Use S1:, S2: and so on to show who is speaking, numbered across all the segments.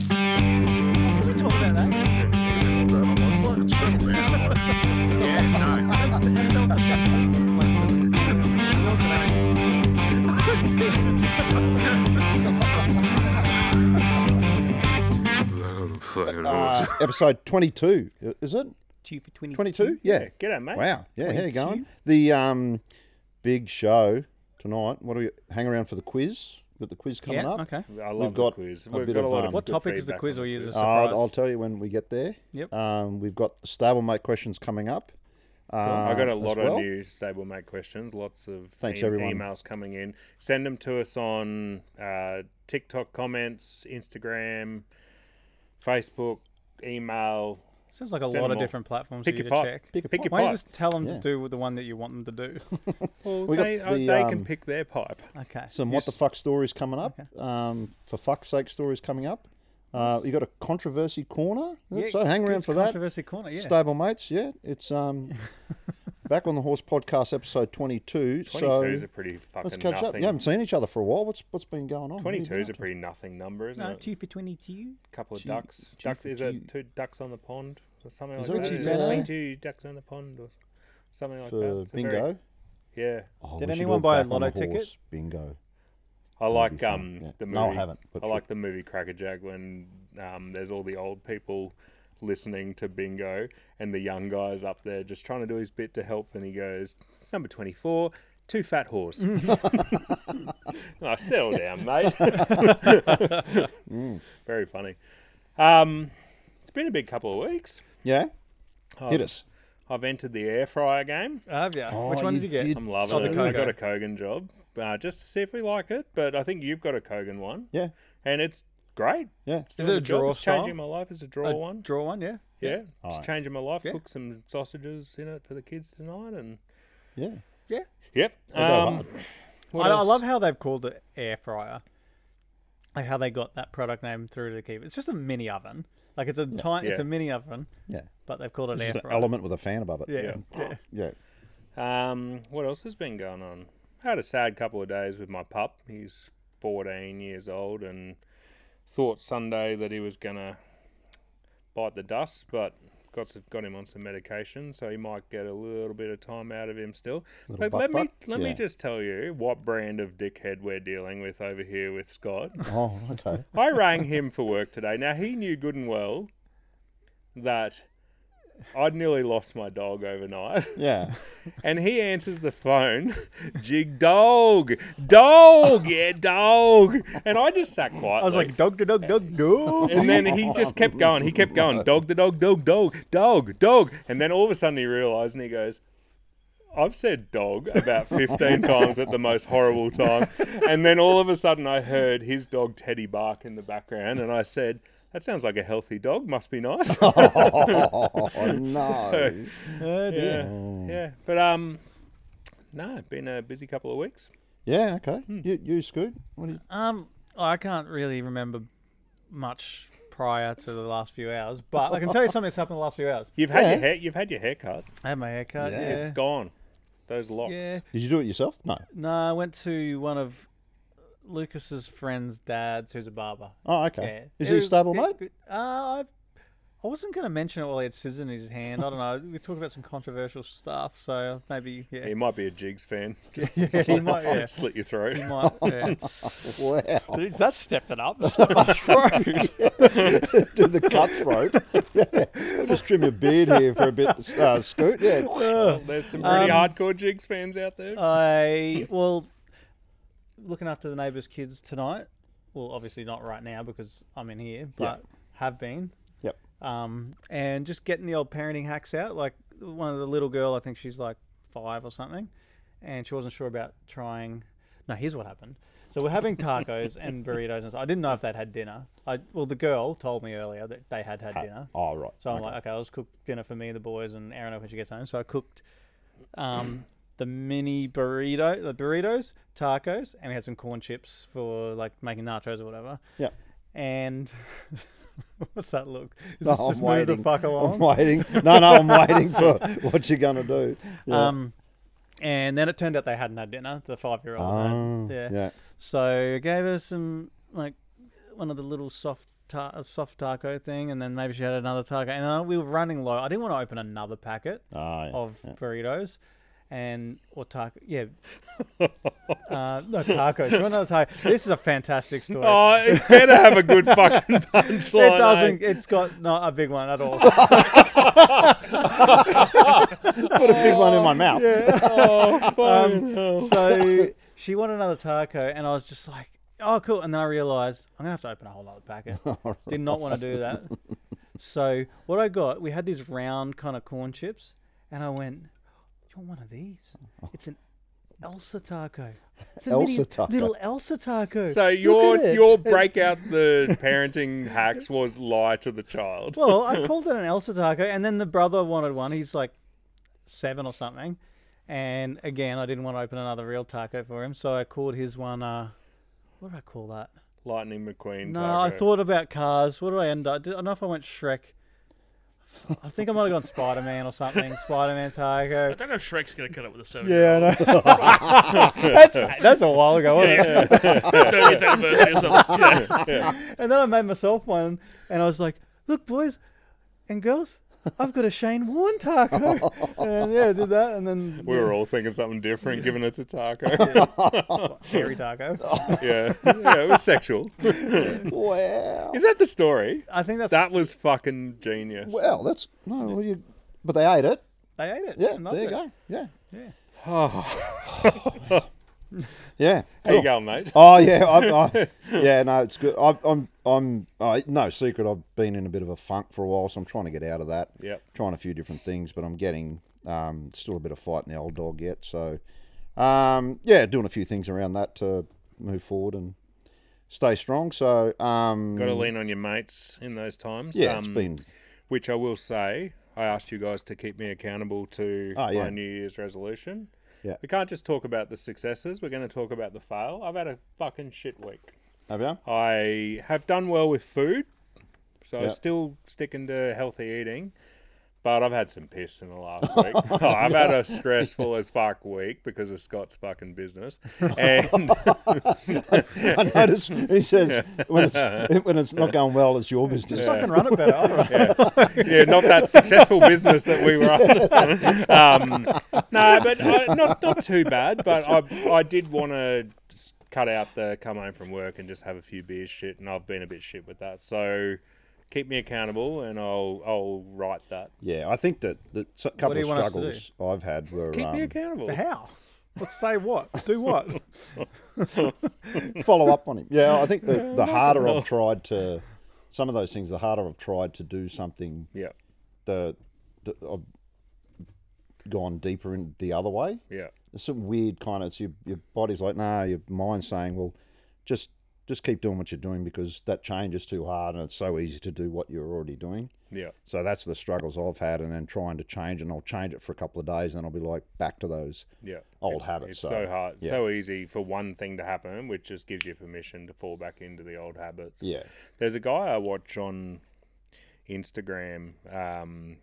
S1: We talk about that.
S2: Uh, episode 22, i- is it?
S1: Two for 22.
S2: 22? Yeah.
S3: G'day, mate.
S2: Wow. Yeah, how you
S1: 22?
S2: going? The um, big show tonight. What do we hang around for the quiz? Got the quiz coming
S1: Yeah,
S2: up.
S1: okay.
S3: I
S2: We've
S3: love
S2: got
S3: the quiz.
S2: a
S3: We've
S2: bit
S3: got a
S2: of,
S3: lot of,
S2: um,
S1: What
S3: good
S1: topic is the
S3: feedback
S1: quiz
S3: on
S1: or
S3: the
S1: you a
S2: Uh,
S1: surprise?
S2: I'll, I'll tell you when we get there.
S1: Yep.
S2: Um, we've got stablemate questions coming up. Uh,
S3: I got a
S2: as
S3: lot
S2: well.
S3: of new stablemate questions. Lots of
S2: Thanks,
S3: e-
S2: everyone.
S3: emails coming in. Send them to us on uh, TikTok comments, Instagram, Facebook, email.
S1: Sounds like a
S3: Send
S1: lot
S3: them
S1: of
S3: all.
S1: different platforms
S3: Pick
S1: for you
S3: your
S1: to
S3: pipe.
S1: check.
S2: Pick a
S3: Pick your
S2: pipe.
S1: Why don't you
S3: pipe.
S1: just tell them
S2: Yeah.
S1: to do the one that you want them to do?
S3: Well,
S2: We got
S3: they, uh,
S2: the,
S3: they
S2: um,
S3: can pick their pipe.
S1: okay.
S2: Some what the fuck stories coming up.
S1: Okay.
S2: Um, for fuck's sake, stories coming up. Uh, you got a controversy corner. so hang
S1: it's-
S2: around
S1: it's
S2: for that.
S1: Controversy corner, yeah.
S2: Stable mates, yeah. It's um, back on the horse podcast episode twenty-two.
S3: 22
S2: so
S3: is a pretty fucking
S2: let's catch
S3: nothing.
S2: up. You haven't seen each other for a while. What's what's been going on? What have you
S3: 22 is a
S2: been up
S3: pretty nothing number, isn't
S1: No,
S3: it?
S1: two for 22.
S3: couple of
S2: Two-
S3: ducks.
S2: two
S3: ducks
S2: for
S3: is
S2: two.
S3: it two ducks on the pond or something like
S2: Is that
S3: that?
S2: what you
S3: It's
S2: got?
S3: Twenty-two ducks on the pond or something like
S2: to
S3: that. It's
S2: for
S3: a very-
S2: bingo.
S3: yeah,
S2: Oh,
S1: Did
S2: we should
S1: anyone
S2: all
S1: buy a
S2: back on the
S1: lotto ticket?
S2: horse. Bingo.
S3: I like
S2: fun,
S3: um
S2: yeah.
S3: the movie.
S2: No, I haven't, but
S3: I
S2: sure.
S3: like the movie Crackerjack when um there's all the old people listening to bingo and the young guys up there just trying to do his bit to help and he goes number 24 two fat horse i settle down mate
S2: Mm.
S3: very funny um it's been a big couple of weeks
S2: Yeah, hit
S3: I've-
S2: us.
S3: I've entered the air fryer game.
S1: Have you?
S2: Oh,
S1: Which one
S2: you
S1: did you get? Um,
S2: did.
S3: I'm loving
S1: Saw the
S3: it. I
S1: Kogan.
S3: got a Kogan job uh, just to see if we like it, but I think you've got a Kogan one,
S2: Yeah,
S3: and it's great.
S2: yeah.
S3: It's
S1: Is
S3: doing
S1: it a
S3: the job.
S1: draw
S3: It's
S1: style?
S3: changing my life. It's a draw
S1: A
S3: one.
S1: Draw one, yeah.
S3: yeah, it's
S2: Alright.
S3: changing my life.
S1: Yeah.
S3: Cook some sausages in it for the kids tonight, and
S2: Yeah.
S1: Yeah.
S3: yep.
S2: go
S3: Um,
S2: hard.
S3: what
S1: I, I
S3: else?
S1: love how they've called it air fryer, like how they got that product name through to keep. It's just a mini oven, like it's a tiny, it's
S3: Yeah.
S1: a mini oven,
S2: Yeah.
S1: but they've called it
S2: It's
S1: air
S2: an
S1: fryer.
S2: element with a fan above it. Oh,
S1: Yeah,
S2: Yeah.
S3: Um, what else has been going on? I had a sad couple of days with my pup. He's 14 years old and thought Sunday that he was gonna bite the dust, but got s- got him on some medication, so he might get a little bit of time out of him still.
S2: Little
S3: but let
S2: butt
S3: me
S2: butt?
S3: let me
S2: Yeah.
S3: just tell you what brand of dickhead we're dealing with over here with Scott.
S2: Oh, okay.
S3: I rang him for work today. Now he knew good and well that I'd nearly lost my dog overnight.
S2: Yeah.
S3: And he answers the phone, jig dog, dog, yeah, dog. And I just sat quiet.
S1: I was like dog to dog dog dog.
S3: and then he just kept going. He kept going, dog the dog, dog, dog, dog, dog. And then all of a sudden he realized and he goes, I've said dog about 15 times at the most horrible time. And then all of a sudden I heard his dog Teddy bark in the background and I said, that sounds like a healthy dog. Must be nice.
S2: Oh no.
S1: Oh, dear.
S3: yeah, yeah. But um, no, been a busy couple of weeks.
S2: Yeah. Okay.
S3: Hmm.
S2: You, you Scoot. What do you,
S1: Um, I can't really remember much prior to the last few hours, but I can tell you something that's happened in the last few hours.
S3: You've had
S2: Yeah.
S3: your hair. You've had your haircut.
S1: I had my haircut. Yeah,
S2: Yeah,
S3: It's gone. Those locks.
S1: yeah.
S2: did you do it yourself? No.
S1: No, I went to one of Lucas's friend's dad's, who's a barber.
S2: Oh, okay. Is he a stable mate?
S1: Uh, I, I wasn't going to mention it while he had scissors in his hand. I don't know. We talked about some controversial stuff, so maybe yeah.
S3: He might be a Jigs fan. Just
S1: Yeah, he might. Yeah.
S3: slit your throat.
S1: He might, yeah.
S2: Wow.
S1: Dude, that's stepping up.
S2: do the cutthroat. yeah. We'll just trim your beard here for a bit, uh, Scoot. Yeah.
S3: Well, there's some
S1: Um,
S3: pretty hardcore Jigs fans out there.
S1: uh, I well, looking after the neighbours' kids tonight. Well, obviously not right now because I'm in here, but have been.
S2: Yep.
S1: Um, and just getting the old parenting hacks out. Like one of the little girl, I think she's like five or something, and she wasn't sure about trying. No, here's what happened. So we're having tacos and burritos, and stuff. I didn't know if they'd had dinner. I well, the girl told me earlier that they had had dinner.
S2: Oh, right.
S1: So I'm like, okay, I'll just cook dinner for me and the boys and Erin when she gets home. So I cooked um, the mini burrito, the burritos, tacos, and we had some corn chips for like making nachos or whatever.
S2: Yeah.
S1: And what's that look? Is
S2: No,
S1: this just move the fuck
S2: Oh, I'm
S1: along?
S2: waiting. No, no, I'm waiting for what you're gonna do. Yeah.
S1: Um, and then it turned out they hadn't had dinner. The five year old.
S2: Oh, yeah.
S1: So I gave her some like went one of the little soft ta- uh, soft taco thing, and then maybe she had another taco, and uh, we were running low. I didn't want to open another packet
S2: Ah, yeah.
S1: of burritos. And or taco, yeah, uh, no tacos. She wanted another taco. This is a fantastic story.
S3: Oh, it's better have a good fucking punchline. eh?
S1: it doesn't. It's got not a big one at all.
S2: Put a big one in my mouth.
S3: Oh, fuck.
S1: Um, so she wanted another taco, and I was just like, "Oh, cool!" And then I realized I'm gonna have to open a whole other packet. Did not want to do that. So what I got, we had these round kind of corn chips, and I went, "You want one of these? It's an Elsa taco. It's a
S2: Elsa taco.
S1: little Elsa taco."
S3: so
S1: Look
S3: your
S1: at it.
S3: your breakout the parenting hacks was lie to the child.
S1: well, I called it an Elsa taco, and then the brother wanted one. He's like seven or something. And again, I didn't want to open another real taco for him, so I called his one. Uh, what did I call that?
S3: Lightning McQueen.
S1: No,
S3: taco.
S1: I thought about cars. What did I end up? Did, I don't know if I went Shrek. I think I might have gone Spider Man or something. Spider Man Taco.
S4: I don't know if Shrek's going to cut up with a seven.
S1: Yeah, I know. that's that's a while ago. Wasn't it?
S4: Yeah. 30th anniversary or something. Yeah.
S1: And then I made myself one, and I was like, "Look, boys and girls, I've got a Shane Warne taco." and yeah, I did that, and then
S3: we were all thinking something different, given it's a taco.
S1: Sherry taco.
S3: yeah. yeah, it was sexual.
S2: Wow.
S3: Is that the story?
S1: I think that's
S3: That was fucking genius.
S2: Well, that's no. Well, you, but they ate it.
S1: they ate it.
S2: Yeah.
S1: and loved
S2: There you
S1: it.
S2: go. Yeah.
S3: Oh,
S2: Yeah.
S3: there you
S2: cool.
S3: go, mate.
S2: Oh yeah, I, I, yeah. No, it's good. I, I'm, I'm. I, no secret. I've been in a bit of a funk for a while, so I'm trying to get out of that.
S3: Yep.
S2: Trying a few different things, but I'm getting um, still a bit of fight in the old dog yet. So, um, yeah, doing a few things around that to move forward and stay strong. So, um,
S1: mm.
S3: Got to lean on your mates in those times.
S2: yeah, it's
S3: Um,
S2: been
S3: Which I will say, I asked you guys to keep me accountable to
S2: Oh, yeah.
S3: my New Year's resolution.
S2: Yeah.
S3: We can't just talk about the successes. We're going to talk about the fail. I've had a fucking shit week.
S2: have you?
S3: I have done well with food, so
S2: Yeah.
S3: still sticking to healthy eating. But I've had some piss in the last week. Oh, I've had a stressful as fuck week because of Scott's fucking business. And
S2: I noticed he says when it's when it's not going well, it's your business.
S1: Just fucking run it better. I don't know.
S3: yeah, not that successful business that we were on. um, no, but I, not not too bad. But I I did want to just cut out the come home from work and just have a few beers shit, and I've been a bit shit with that. So keep me accountable, and I'll I'll write that.
S2: Yeah, I think that the s-
S1: do
S2: couple
S1: you
S2: of
S1: want us to do?
S2: struggles I've had were
S3: Keep me
S2: um,
S3: accountable.
S1: But how? Let's say what? Do what?
S2: follow up on him. Yeah, I think the, the harder I've tried to, some of those things, the harder I've tried to do something,
S3: Yeah,
S2: the, the I've gone deeper in the other way.
S3: yeah,
S2: It's some weird kind of, it's your, your body's like, nah, your mind's saying, well, just just keep doing what you're doing because that change is too hard and it's so easy to do what you're already doing.
S3: yeah.
S2: So that's the struggles I've had, and then trying to change, and I'll change it for a couple of days, and I'll be like back to those
S3: Yeah.
S2: old
S3: It-
S2: habits.
S3: It's Oh, so, hard,
S2: yeah.
S3: so easy for one thing to happen, which just gives you permission to fall back into the old habits.
S2: Yeah.
S3: There's a guy I watch on Instagram. Um,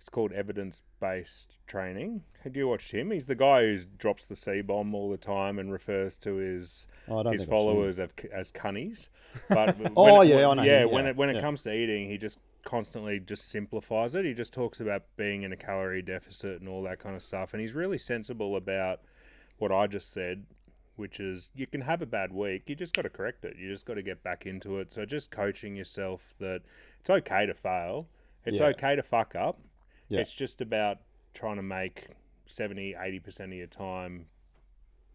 S3: it's called Evidence Based Training. Have you watched him? He's the guy who drops the C bomb all the time and refers to his
S2: Oh, I don't
S3: his
S2: think I've seen
S3: followers of, as cunnies. But when
S2: Oh,
S3: it-
S2: yeah,
S3: when-
S2: I know him,
S3: yeah, when
S2: yeah,
S3: it when it
S2: yeah.
S3: comes to eating, he just constantly just simplifies it. He just talks about being in a calorie deficit and all that kind of stuff. And he's really sensible about what I just said, which is you can have a bad week. You just got to correct it. You just got to get back into it. So just coaching yourself that it's okay to fail. It's
S2: Yeah.
S3: okay to fuck up.
S2: Yeah.
S3: It's just about trying to make 70, 80% of your time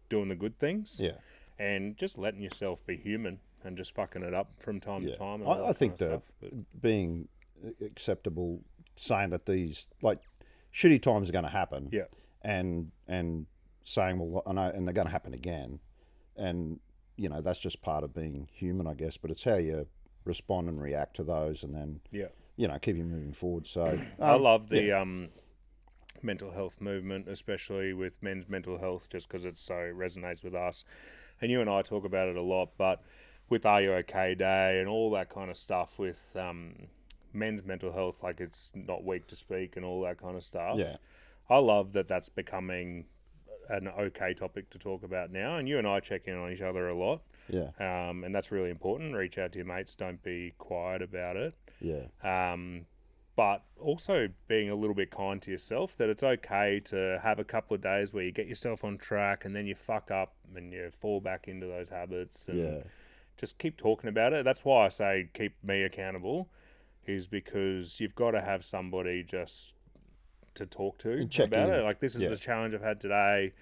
S3: doing the good things
S2: Yeah.
S3: and just letting yourself be human and just fucking it up from time
S2: Yeah.
S3: to time. and
S2: I-
S3: all
S2: I
S3: that
S2: think
S3: kind of
S2: that-
S3: stuff. But-
S2: being acceptable, saying that these like shitty times are going to happen.
S3: Yeah.
S2: And and saying well, I know, and they're going to happen again, and you know that's just part of being human, I guess. But it's how you respond and react to those, and then
S3: yeah.
S2: you know keep you moving forward. So
S3: I love the um, mental health movement, especially with men's mental health, just because it so resonates with us. And you and I talk about it a lot, but with Are You Okay Day and all that kind of stuff with um, men's mental health, like it's not weak to speak and all that kind of stuff.
S2: Yeah.
S3: I love that that's becoming an okay topic to talk about now. And you and I check in on each other a lot.
S2: Yeah.
S3: um, and that's really important. Reach out to your mates. Don't be quiet about it.
S2: Yeah.
S3: Um, but also being a little bit kind to yourself that it's okay to have a couple of days where you get yourself on track and then you fuck up and you fall back into those habits. And
S2: Yeah.
S3: just keep talking about it. That's why I say keep me accountable, is because you've got to have somebody just to talk to
S2: check
S3: about
S2: in.
S3: it. Like this is
S2: Yeah.
S3: the challenge I've had today.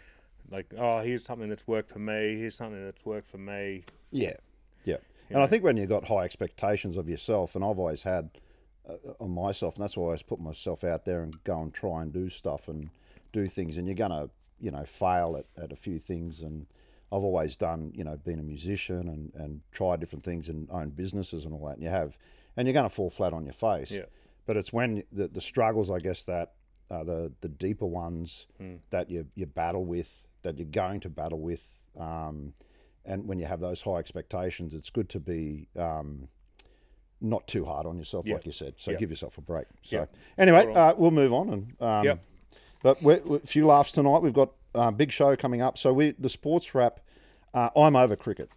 S3: Like, oh, here's something that's worked for me. Here's something that's worked for me.
S2: Yeah, yeah. And I think when you've got high expectations of yourself, and I've always had uh, on myself, and that's why I always put myself out there and go and try and do stuff and do things, and you're gonna, you know, fail at, at a few things. And I've always done, you know, been a musician and and tried different things and owned businesses and all that. And you have, and you're gonna fall flat on your face.
S3: Yeah.
S2: But it's when the, the struggles, I guess, that are the the deeper ones that you you battle with, that you're going to battle with, um, and when you have those high expectations, it's good to be um, not too hard on yourself, like you said. So
S3: Yeah.
S2: give yourself a break. So
S3: Yeah.
S2: anyway,
S3: Spot
S2: uh, we'll move on. And um,
S3: Yep.
S2: but we're, we're- a few laughs tonight. We've got uh, big show coming up. So we the sports wrap. Uh, I'm over cricket.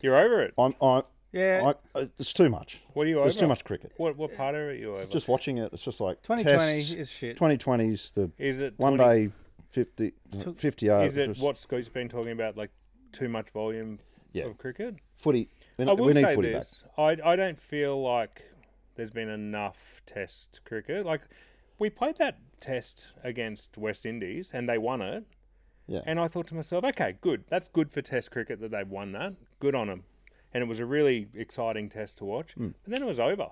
S3: You're over it.
S2: I'm I,
S1: Yeah.
S2: I, uh, it's too much.
S3: What are you
S2: There's
S3: over?
S2: too much cricket.
S3: What what part of it are you over?
S2: Just watching it, it's just like
S1: 2020
S2: tests,
S1: is shit.
S2: 2020's the
S3: Is it
S2: one
S3: 20
S2: day 50, 50 overs.
S3: Is it
S2: Uh, just
S3: what Scott's been talking about? Like too much volume
S2: Yeah.
S3: of cricket.
S2: footy? We,
S3: I will
S2: we need
S3: say
S2: footy back.
S3: this: I I don't feel like there's been enough Test cricket. Like we played that Test against West Indies and they won it,
S2: Yeah.
S3: and I thought to myself, okay, good. That's good for Test cricket that they've won that. Good on them. And it was a really exciting Test to watch.
S2: Hmm.
S3: And then it was over.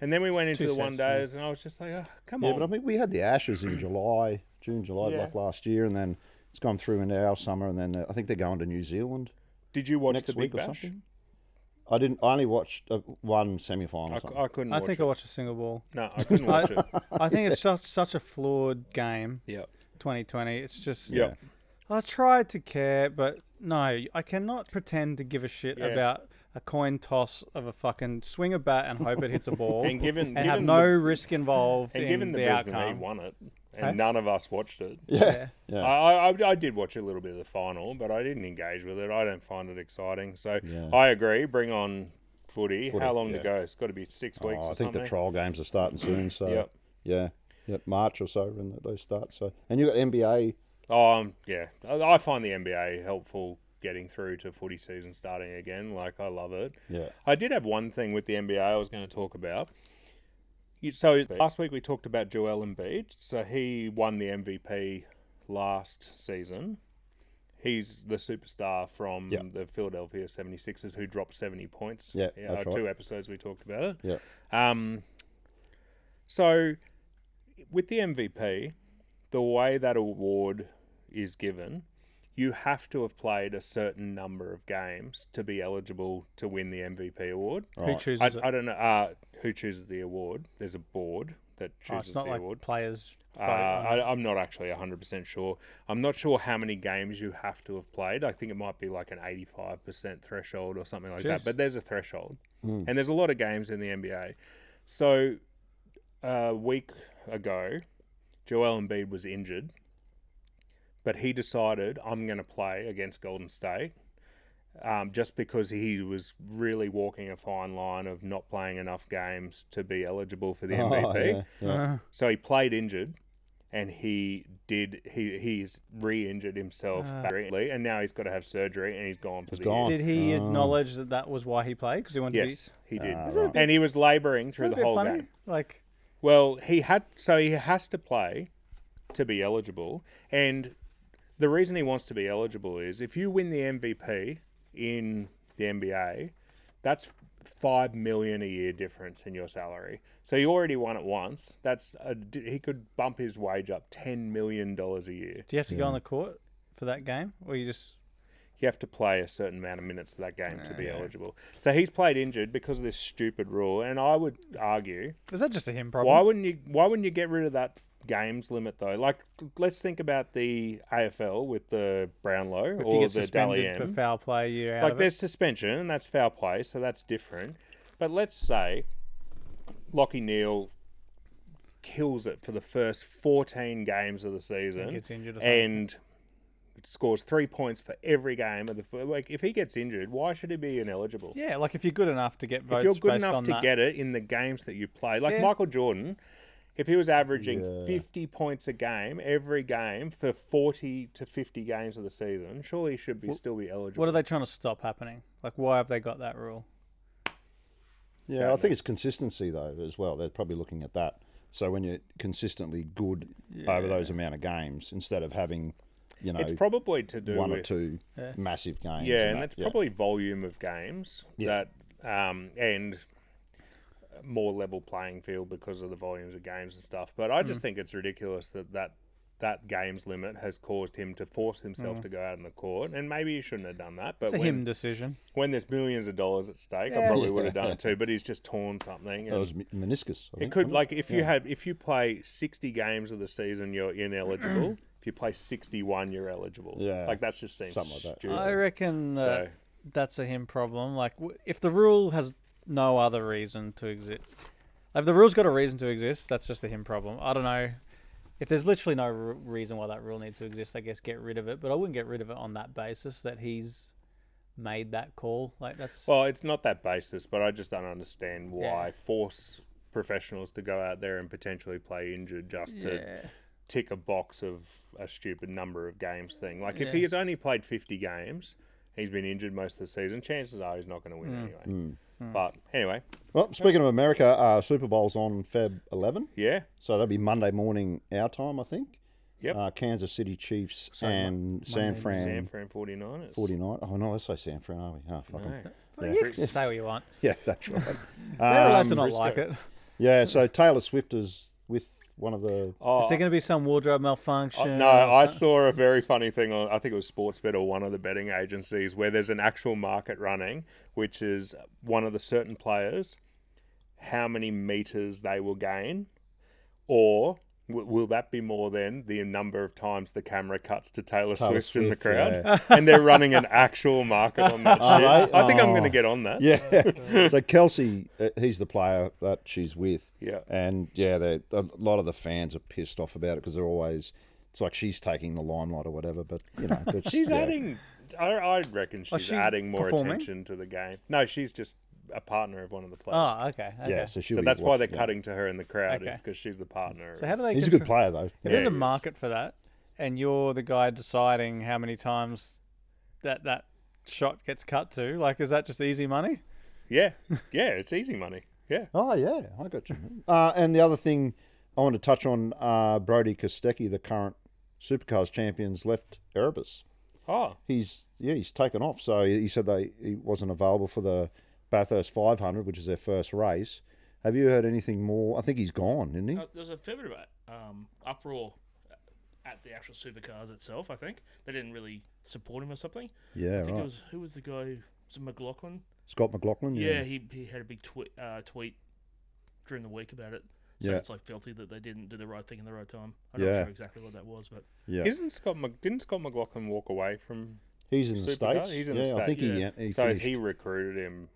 S3: And then we went into
S1: Two
S3: the one
S1: sets, yeah.
S3: days, and I was just like, oh, come
S2: Yeah,
S3: on.
S2: but I mean, we had the Ashes in July, June, July,
S3: Yeah.
S2: like last year, and then it's gone through into our summer, and then uh, I think they're going to New Zealand
S3: Did you watch
S2: next
S3: the Big
S2: week or
S3: Bash?
S2: something. I didn't. I only watched uh, one
S3: I,
S2: semi-final.
S3: c-
S2: or something.
S3: I couldn't.
S1: I
S3: watch
S1: think
S3: it.
S1: I watched a single ball.
S3: No, I couldn't
S1: I-
S3: watch it.
S1: I think it's such such a flawed game.
S3: Yeah.
S1: 2020. It's just
S3: Yeah.
S1: I tried to care, but no, I cannot pretend to give a shit
S3: Yeah.
S1: about a coin toss of a fucking swing a bat and hope it hits a ball
S3: And given
S1: and
S3: given
S1: have
S3: the-
S1: no risk involved
S3: and
S1: in
S3: given the,
S1: the,
S3: Brisbane Heat
S1: outcome.
S3: won it, and none of us watched it.
S1: Yeah.
S2: Yeah.
S3: I, I, I did watch a little bit of the final, but I didn't engage with it. I don't find it exciting. So
S2: Yeah.
S3: I agree. Bring on footy. How long
S2: yeah.
S3: to go? It's got to be six weeks.
S2: Oh,
S3: or
S2: I think the
S3: something.
S2: trial games are starting soon. So
S3: Yep.
S2: yeah, yeah, March or so when they start. So and you got NBA.
S3: Oh, um, yeah. I, I find the NBA helpful getting through to footy season starting again. Like, I love it.
S2: Yeah.
S3: I did have one thing with the NBA I was going to talk about. You- So last week we talked about Joel Embiid. So he won the MVP last season. He's the superstar from
S2: Yeah.
S3: the Philadelphia 76ers who dropped 70 points.
S2: Yeah, that's
S3: uh,
S2: right.
S3: Two episodes we talked about it.
S2: Yeah,
S3: Um, so, with the MVP, the way that award is given, you have to have played a certain number of games to be eligible to win the MVP award.
S1: Who chooses
S3: I,
S1: it?
S3: I don't know uh, who chooses the award. There's a board that
S1: Oh,
S3: chooses
S1: it's not
S3: the
S1: like
S3: award.
S1: players.
S3: Uh, I, I'm not actually 100% sure. I'm not sure how many games you have to have played. I think it might be like an 85% threshold or something like
S1: Jeez.
S3: that. But there's a threshold. And there's a lot of games in the NBA. So uh, a week ago, Joel Embiid was injured. But he decided, I'm going to play against Golden State um, just because he was really walking a fine line of not playing enough games to be eligible for the MVP.
S2: Oh, yeah, yeah.
S3: So he played injured, and he did. He he's re-injured himself, badly, and now he's got to have surgery, and he's gone for the
S2: gone.
S3: year.
S1: Ah. Did he acknowledge that that was why he played? Because he wanted
S3: Yes, he did,
S1: that a bit-
S3: and he was labouring
S1: to be.
S3: through
S1: Is that
S3: the
S1: a bit
S3: whole
S1: funny?
S3: game.
S1: Like,
S3: Well, he had so he has to play to be eligible, and the reason he wants to be eligible is if you win the MVP in the NBA, that's five million a year difference in your salary. So he already won it once. That's a, he could bump his wage up ten million dollars a year.
S1: do you have to go on the court for that game, or you just?
S3: you have to play a certain amount of minutes of that game to be eligible. So he's played injured because of this stupid rule, and I would argue
S1: Is that just a him problem?
S3: why wouldn't you why wouldn't you get rid of that games limit though? Like let's think about the AFL with the Brownlow
S1: if you
S3: or
S1: get
S3: the Dally
S1: suspended for
S3: M.
S1: foul play, you're out
S3: Like
S1: of it.
S3: there's suspension and that's foul play, so that's different. But let's say Lockie Neal kills it for the first 14 games of the season
S1: gets injured or something.
S3: and scores three points for every game of the f- like. If he gets injured, why should he be ineligible?
S1: Yeah, like if you're good enough to get votes,
S3: if you're good
S1: based
S3: enough
S1: on
S3: to
S1: that,
S3: get it in the games that you play, like
S1: Yeah.
S3: Michael Jordan, if he was averaging 50 points a game every game for 40 to 50 games of the season, surely he should be still be eligible.
S1: what are they trying to stop happening? Like, why have they got that rule?
S2: Yeah, I think it's consistency though as well. They're probably looking at that. So when you're consistently good over those amount of games, instead of having, you know,
S3: it's probably to do
S2: one or
S3: with
S2: two massive games.
S3: yeah, and
S2: that,
S3: that's
S2: yeah.
S3: probably volume of games that um, and more level playing field because of the volumes of games and stuff. But I just think it's ridiculous that that that games limit has caused him to force himself to go out on the court, and maybe he shouldn't have done that. But
S1: It's a
S3: when,
S1: him decision.
S3: when there's millions of dollars at stake, I
S1: Yeah.
S3: probably would have done it too. But he's just torn something.
S2: That
S3: and
S2: was me- meniscus. I
S3: it
S2: think,
S3: could
S2: wasn't
S3: like if you had if you play sixty games of the season, you're ineligible. if you play sixty-one, you're eligible.
S2: Yeah.
S3: like that's just seems
S2: Something like that.
S3: stupid.
S1: I reckon uh,
S3: So-
S1: that's a him problem. Like, w- if the rule has no other reason to exist, if the rule's got a reason to exist, that's just a him problem. I don't know. If there's literally no r- reason why that rule needs to exist, I guess get rid of it. But I wouldn't get rid of it on that basis that he's made that call. Like that's
S3: Well, it's not that basis, but I just don't understand why
S1: Yeah.
S3: force professionals to go out there and potentially play injured just to
S1: yeah,
S3: tick a box of a stupid number of games thing. Like if
S1: Yeah.
S3: he has only played 50 games, he's been injured most of the season, chances are he's not going to win
S1: Hmm.
S2: Hmm.
S3: anyway. But anyway,
S2: it? Well, speaking of America, uh, Super Bowl's on Feb 11,
S3: yeah.
S2: so that'll be Monday morning our time, I think.
S3: Yep.
S2: Uh, Kansas City Chiefs and San Fran.
S3: San Fran 49ers.
S2: 49. Oh no, let's say San Fran, are we? Oh, fucking
S3: No.
S1: say what you want.
S2: yeah, that's right.
S3: Um,
S2: Uh,
S1: They're allowed to not
S3: Frisco.
S1: like it.
S2: yeah, so Taylor Swift is with one of the
S3: Oh,
S1: Is there going to be some wardrobe malfunction?
S3: No,
S1: or
S3: I
S1: some-
S3: saw a very funny thing on, I think it was Sportsbet or one of the betting agencies, where there's an actual market running, which is one of the certain players, how many meters they will gain, or w- will that be more than the number of times the camera cuts to Taylor,
S2: Taylor
S3: Swift, in the
S2: Swift,
S3: crowd? And they're running an actual market on that shit.
S2: Are they?
S3: I think I'm
S2: Oh.
S3: going to get on that.
S2: Yeah. so Kelsey, uh, he's the player that she's with.
S3: Yeah.
S2: And yeah, they, a lot of the fans are pissed off about it because they're always. It's like she's taking the limelight or whatever, but you know, that's,
S3: She's
S2: yeah. Oh,
S3: adding, I, I reckon she's
S1: she
S3: adding more
S1: performing?
S3: attention to the game. No, she's just a partner of one of the players.
S1: Oh, okay. okay.
S2: Yeah, so Ah, she'll
S3: So
S2: be
S3: that's why they're
S2: watching that.
S3: cutting to her in the crowd,
S1: Okay.
S3: is because she's the partner.
S1: So how do they?
S2: He's a good
S1: control-
S2: player though.
S1: If
S3: Yeah,
S1: there's a
S3: he is.
S1: market for that, and you're the guy deciding how many times that that shot gets cut to, like, is that just easy money?
S3: yeah, yeah, it's easy money. Yeah.
S2: Oh yeah, I got you. uh, and the other thing I want to touch on, uh, Brody Kostecki, the current Supercars champions, left Erebus.
S3: Oh,
S2: he's yeah he's taken off. So he he said they he wasn't available for the Bathurst 500, which is their first race. Have you heard anything more? I think he's gone, isn't he?
S4: Uh, There was a fair bit of um, uproar at the actual supercars itself. I think they didn't really support him or something.
S2: yeah,
S4: I think
S2: right.
S4: it was who was the guy? who- Was it McLaughlin?
S2: Scott McLaughlin.
S4: Yeah, he, he had a big twi- uh, tweet during the week about it. So
S2: Yeah.
S4: it's like filthy that they didn't do the right thing in the right time. I'm not
S2: Yeah.
S4: sure exactly what that was, but
S2: yeah.
S3: isn't Scott? Mc, didn't Scott McLaughlin walk away from?
S2: He's in the
S3: Supercar?
S2: states.
S3: He's in
S2: yeah,
S3: the
S2: I think
S4: States,
S2: he, he
S3: so has
S2: finished.
S3: he recruited him,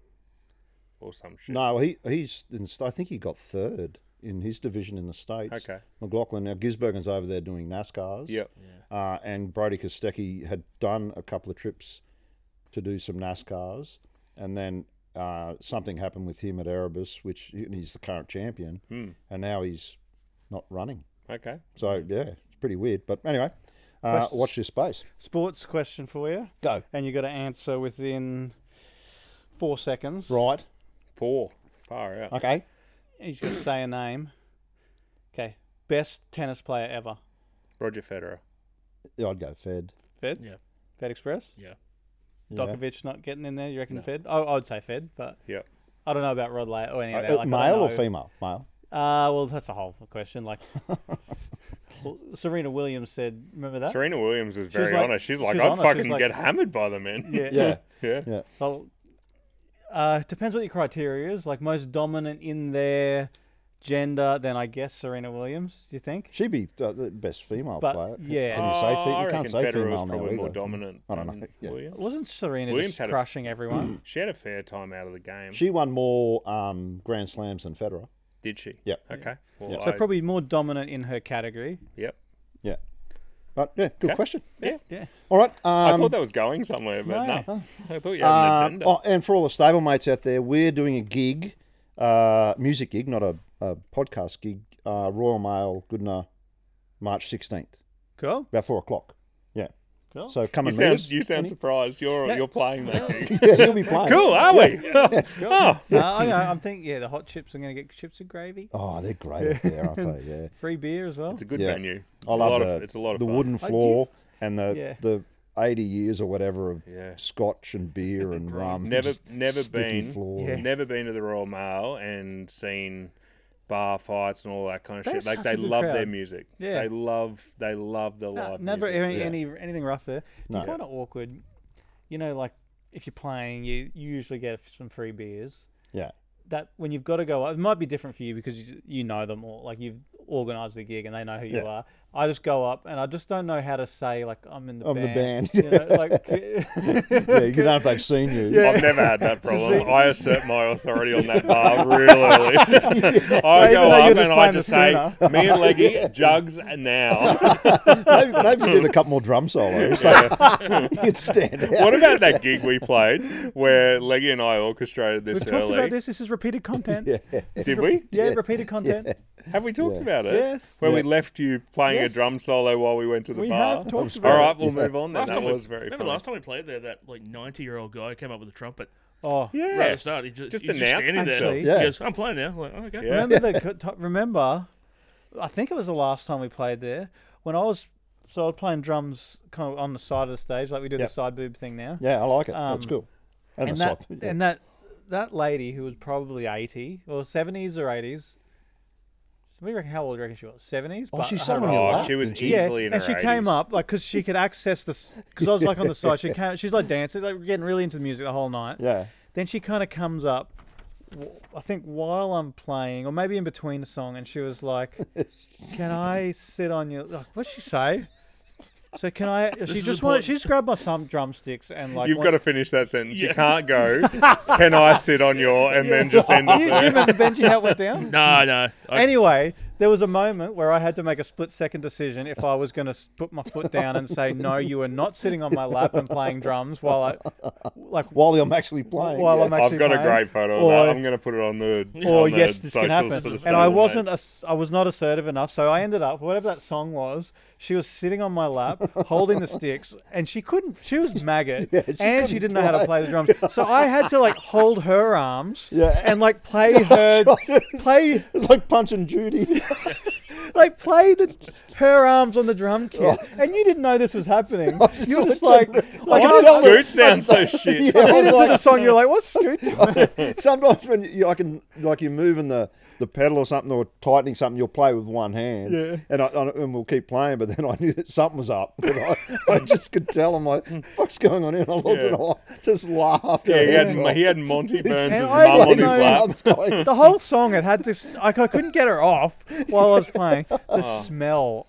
S3: or some shit?
S2: No, he he's in, st- I think he got third in his division in the states.
S3: Okay.
S2: McLaughlin. Now Gisbergen's over there doing NASCARs.
S3: Yep.
S2: Uh, and Brody Kostecki had done a couple of trips to do some NASCARs, and then uh, something happened with him at Erebus, which and he's the current champion, and now he's not running.
S3: Okay.
S2: So yeah, it's pretty weird. But anyway, uh,
S1: Questions?
S2: watch this space.
S1: Sports question for you,
S2: Go
S1: and you got to answer within four seconds.
S2: right.
S3: Four. Far out.
S2: Okay.
S1: And you just got to say a name. Okay, best tennis player ever.
S3: Roger Federer.
S2: Yeah, I'd go Fed.
S1: Fed.
S4: Yeah.
S1: Fed Express.
S4: yeah.
S2: Yeah.
S1: Djokovic not getting in there. You reckon Fed? Oh, I would say Fed, but
S3: Yep.
S1: I don't know about Rod Laver or any of that.
S2: Uh,
S1: like, I don't
S2: male or
S1: know.
S2: female? Male.
S1: Uh, well, that's a whole question. Like, well, Serena Williams said, remember that?
S3: Serena Williams was very
S1: like-
S3: honest. She's like,
S1: she's
S3: I'd
S1: honest. She's
S3: fucking
S1: like-
S3: get hammered by the men.
S1: Yeah.
S2: Yeah.
S3: yeah.
S2: Yeah.
S1: Well, uh, depends what your criteria is. Like, most dominant in their gender, then I guess Serena Williams, do you think?
S2: She'd be uh, the best female
S1: But,
S2: player. Can-
S1: yeah.
S2: Can you say
S3: Oh,
S2: fe-
S3: I
S2: You can't
S3: reckon
S2: say
S3: Federer was
S2: female now
S3: probably more
S2: either.
S3: dominant.
S2: I don't
S3: than
S2: know. Yeah.
S3: Williams.
S1: Wasn't Serena
S3: Williams
S1: just
S3: had a-
S1: crushing everyone?
S3: She had a fair time out of the game.
S2: She won more um, Grand Slams than Federer.
S3: Did she?
S2: Yep.
S3: Okay. Well,
S1: so,
S3: I-
S1: probably more dominant in her category.
S3: Yep.
S2: Yeah. But yeah, good
S3: Okay.
S2: question.
S3: Yeah.
S1: Yeah.
S2: All right. Um,
S3: I thought that was going somewhere, but no.
S2: no, no.
S3: I thought you had an
S2: Um,
S3: agenda.
S2: oh, and for all the stablemates out there, we're doing a gig, uh, music gig, not a, a podcast gig. Uh, Royal Mail, Goodna, March sixteenth,
S1: Cool.
S2: about four o'clock. Yeah.
S1: Cool.
S2: So come
S3: you
S2: and meet
S3: sound
S2: us.
S3: you sound
S2: Any-
S3: surprised. You're you're playing that. gig.
S2: yeah, you'll be playing.
S3: cool, are we? oh,
S1: Uh, I know, I'm thinking, yeah, the hot chips. I'm going to get chips and gravy,
S2: Oh, they're great out there, aren't they? Yeah.
S1: free beer as well.
S3: it's a good
S2: Yeah.
S3: venue. It's
S2: I
S3: a
S2: love
S3: lot
S2: the,
S3: of it's a lot of
S2: the
S3: fun.
S2: wooden
S1: do-
S2: floor and the
S1: Yeah.
S2: the eighty years or whatever of
S3: Yeah.
S2: scotch and beer and rum.
S3: Never
S2: Just
S3: never
S2: sticky
S3: been
S2: floor.
S1: Yeah.
S3: never been to the Royal Mail and seen bar fights and all that kind of
S1: They're
S3: shit. Like
S1: such
S3: they
S1: a good
S3: love their
S1: crowd.
S3: music.
S1: Yeah.
S3: They love they love the
S1: No,
S3: live
S1: never
S3: music.
S1: any,
S2: yeah.
S1: any anything rough there. Do
S2: No.
S1: you find it awkward? You know, like if you're playing, you, you usually get some free beers.
S2: Yeah.
S1: That when you've got to go, up- it might be different for you because you, you know them all. Like you've organised the gig and they know who
S2: Yeah.
S1: you are. I just go up and I just don't know how to say like I'm in the
S2: I'm the
S1: band.
S2: band.
S1: You know, like
S2: yeah, you don't know if they've seen you. Yeah.
S3: I've never had that problem. I assert my authority on that bar real early. I
S1: though
S3: go
S1: you're
S3: up
S1: just
S3: and I
S1: playing
S3: just
S1: the
S3: say, "Me and Leggy jugs now."
S2: maybe, maybe if you did a couple more drum solos. like, you'd stand out.
S3: what about that gig we played where Leggy and I orchestrated
S1: we
S3: this
S1: talked
S3: early?
S1: about this. This is repeated content.
S3: Did we?
S1: Yeah, repeated content.
S3: Have we talked about it?
S1: Yes.
S3: Where we left you playing
S1: Yes.
S3: a drum solo while we went to the
S1: We
S3: bar.
S1: have talked
S3: All
S1: about.
S3: right, we'll move on. Then.
S4: Last
S3: That
S4: time
S3: was
S4: we,
S3: very
S4: remember
S3: funny.
S4: last time we played there, that like ninety year old guy came up with a trumpet
S1: Oh,
S3: Yeah.
S4: right at the start. He just,
S3: Just
S4: he's just
S3: announced
S4: standing there.
S1: himself.
S4: He
S2: Yeah.
S4: goes, "I'm playing now." I'm like, oh, okay.
S3: Yeah.
S1: Remember the co- to- remember I think it was the last time we played there when I was so I was playing drums kind of on the side of the stage like we do
S2: Yep.
S1: the side boob thing now.
S2: Yeah, I like it. That's
S1: Um,
S2: cool. And,
S1: And
S2: the
S1: that
S2: sop, yeah.
S1: and that that lady who was probably 80 or 70s or 80s. We reckon how old do you reckon she was? 70s.
S2: Oh, she's
S1: her
S2: so
S1: old-
S2: young.
S3: Oh,
S2: Wow.
S3: she was
S2: Did
S1: yeah,
S3: easily in
S1: and
S3: her
S1: she came
S3: 80s.
S1: up like because she could access this because I was like on the side. She came, she's like dancing, like getting really into the music the whole night.
S2: yeah.
S1: Then she kind of comes up, w- I think while I'm playing, or maybe in between a song, and she was like, "Can I sit on your?" Like, what'd she say? So can I? she
S4: is
S1: just wanted.
S4: important.
S1: She just grabbed my some drumsticks and like.
S3: You've
S1: want-
S3: got to finish that sentence. You can't go. Can I sit on your and then just end
S1: Do
S3: it
S1: you, do you
S3: there?
S1: remember Benji how it went down?
S4: No, no. I,
S1: Anyway, there was a moment where I had to make a split second decision if I was going to put my foot down and say, "No, you are not sitting on my lap and playing drums while I, like,
S2: While I'm actually playing.
S1: while
S2: yeah.
S1: I'm actually
S3: I've got a
S1: playing."
S3: great photo
S1: Or-
S3: of that. I'm going to put it on the.
S1: or
S3: on the
S1: Oh, yes, this can
S3: socials
S1: happen.
S3: for the
S1: And I
S3: stable
S1: wasn't,
S3: mates.
S1: ass- I was not assertive enough, so I ended up whatever that song was. She was sitting on my lap, holding the sticks, and she couldn't. She was maggot, and she didn't know how to play the drums. So I had to like hold her arms,
S2: Yeah.
S1: and like play her, play
S2: It's like Punch and Judy.
S1: like play the her arms on the drum kit, and you didn't know this was happening. You were just like, like I
S3: Why
S1: was,
S3: does
S1: I
S3: Scoot sound so shit?
S2: Yeah, I
S1: bit
S2: was
S1: into
S2: like-
S1: the song, you're like, what's Scoot doing?
S2: Sometimes when you, I can, like you're moving the, the pedal or something or tightening something, you'll play with one hand.
S1: Yeah.
S2: And, I, I- and we'll keep playing, but then I knew that something was up. But I, I just could tell. I'm like, what's going on here? And I looked
S3: Yeah.
S2: and I just laughed.
S3: Yeah, he
S2: It's
S3: had,
S2: like-
S3: he had Monty Burns'
S1: And
S3: mum
S1: I
S3: on
S1: don't
S3: his
S1: know-
S3: lap.
S2: What's going on?
S1: the whole song it had this I, I couldn't get her off while I was playing. The smell.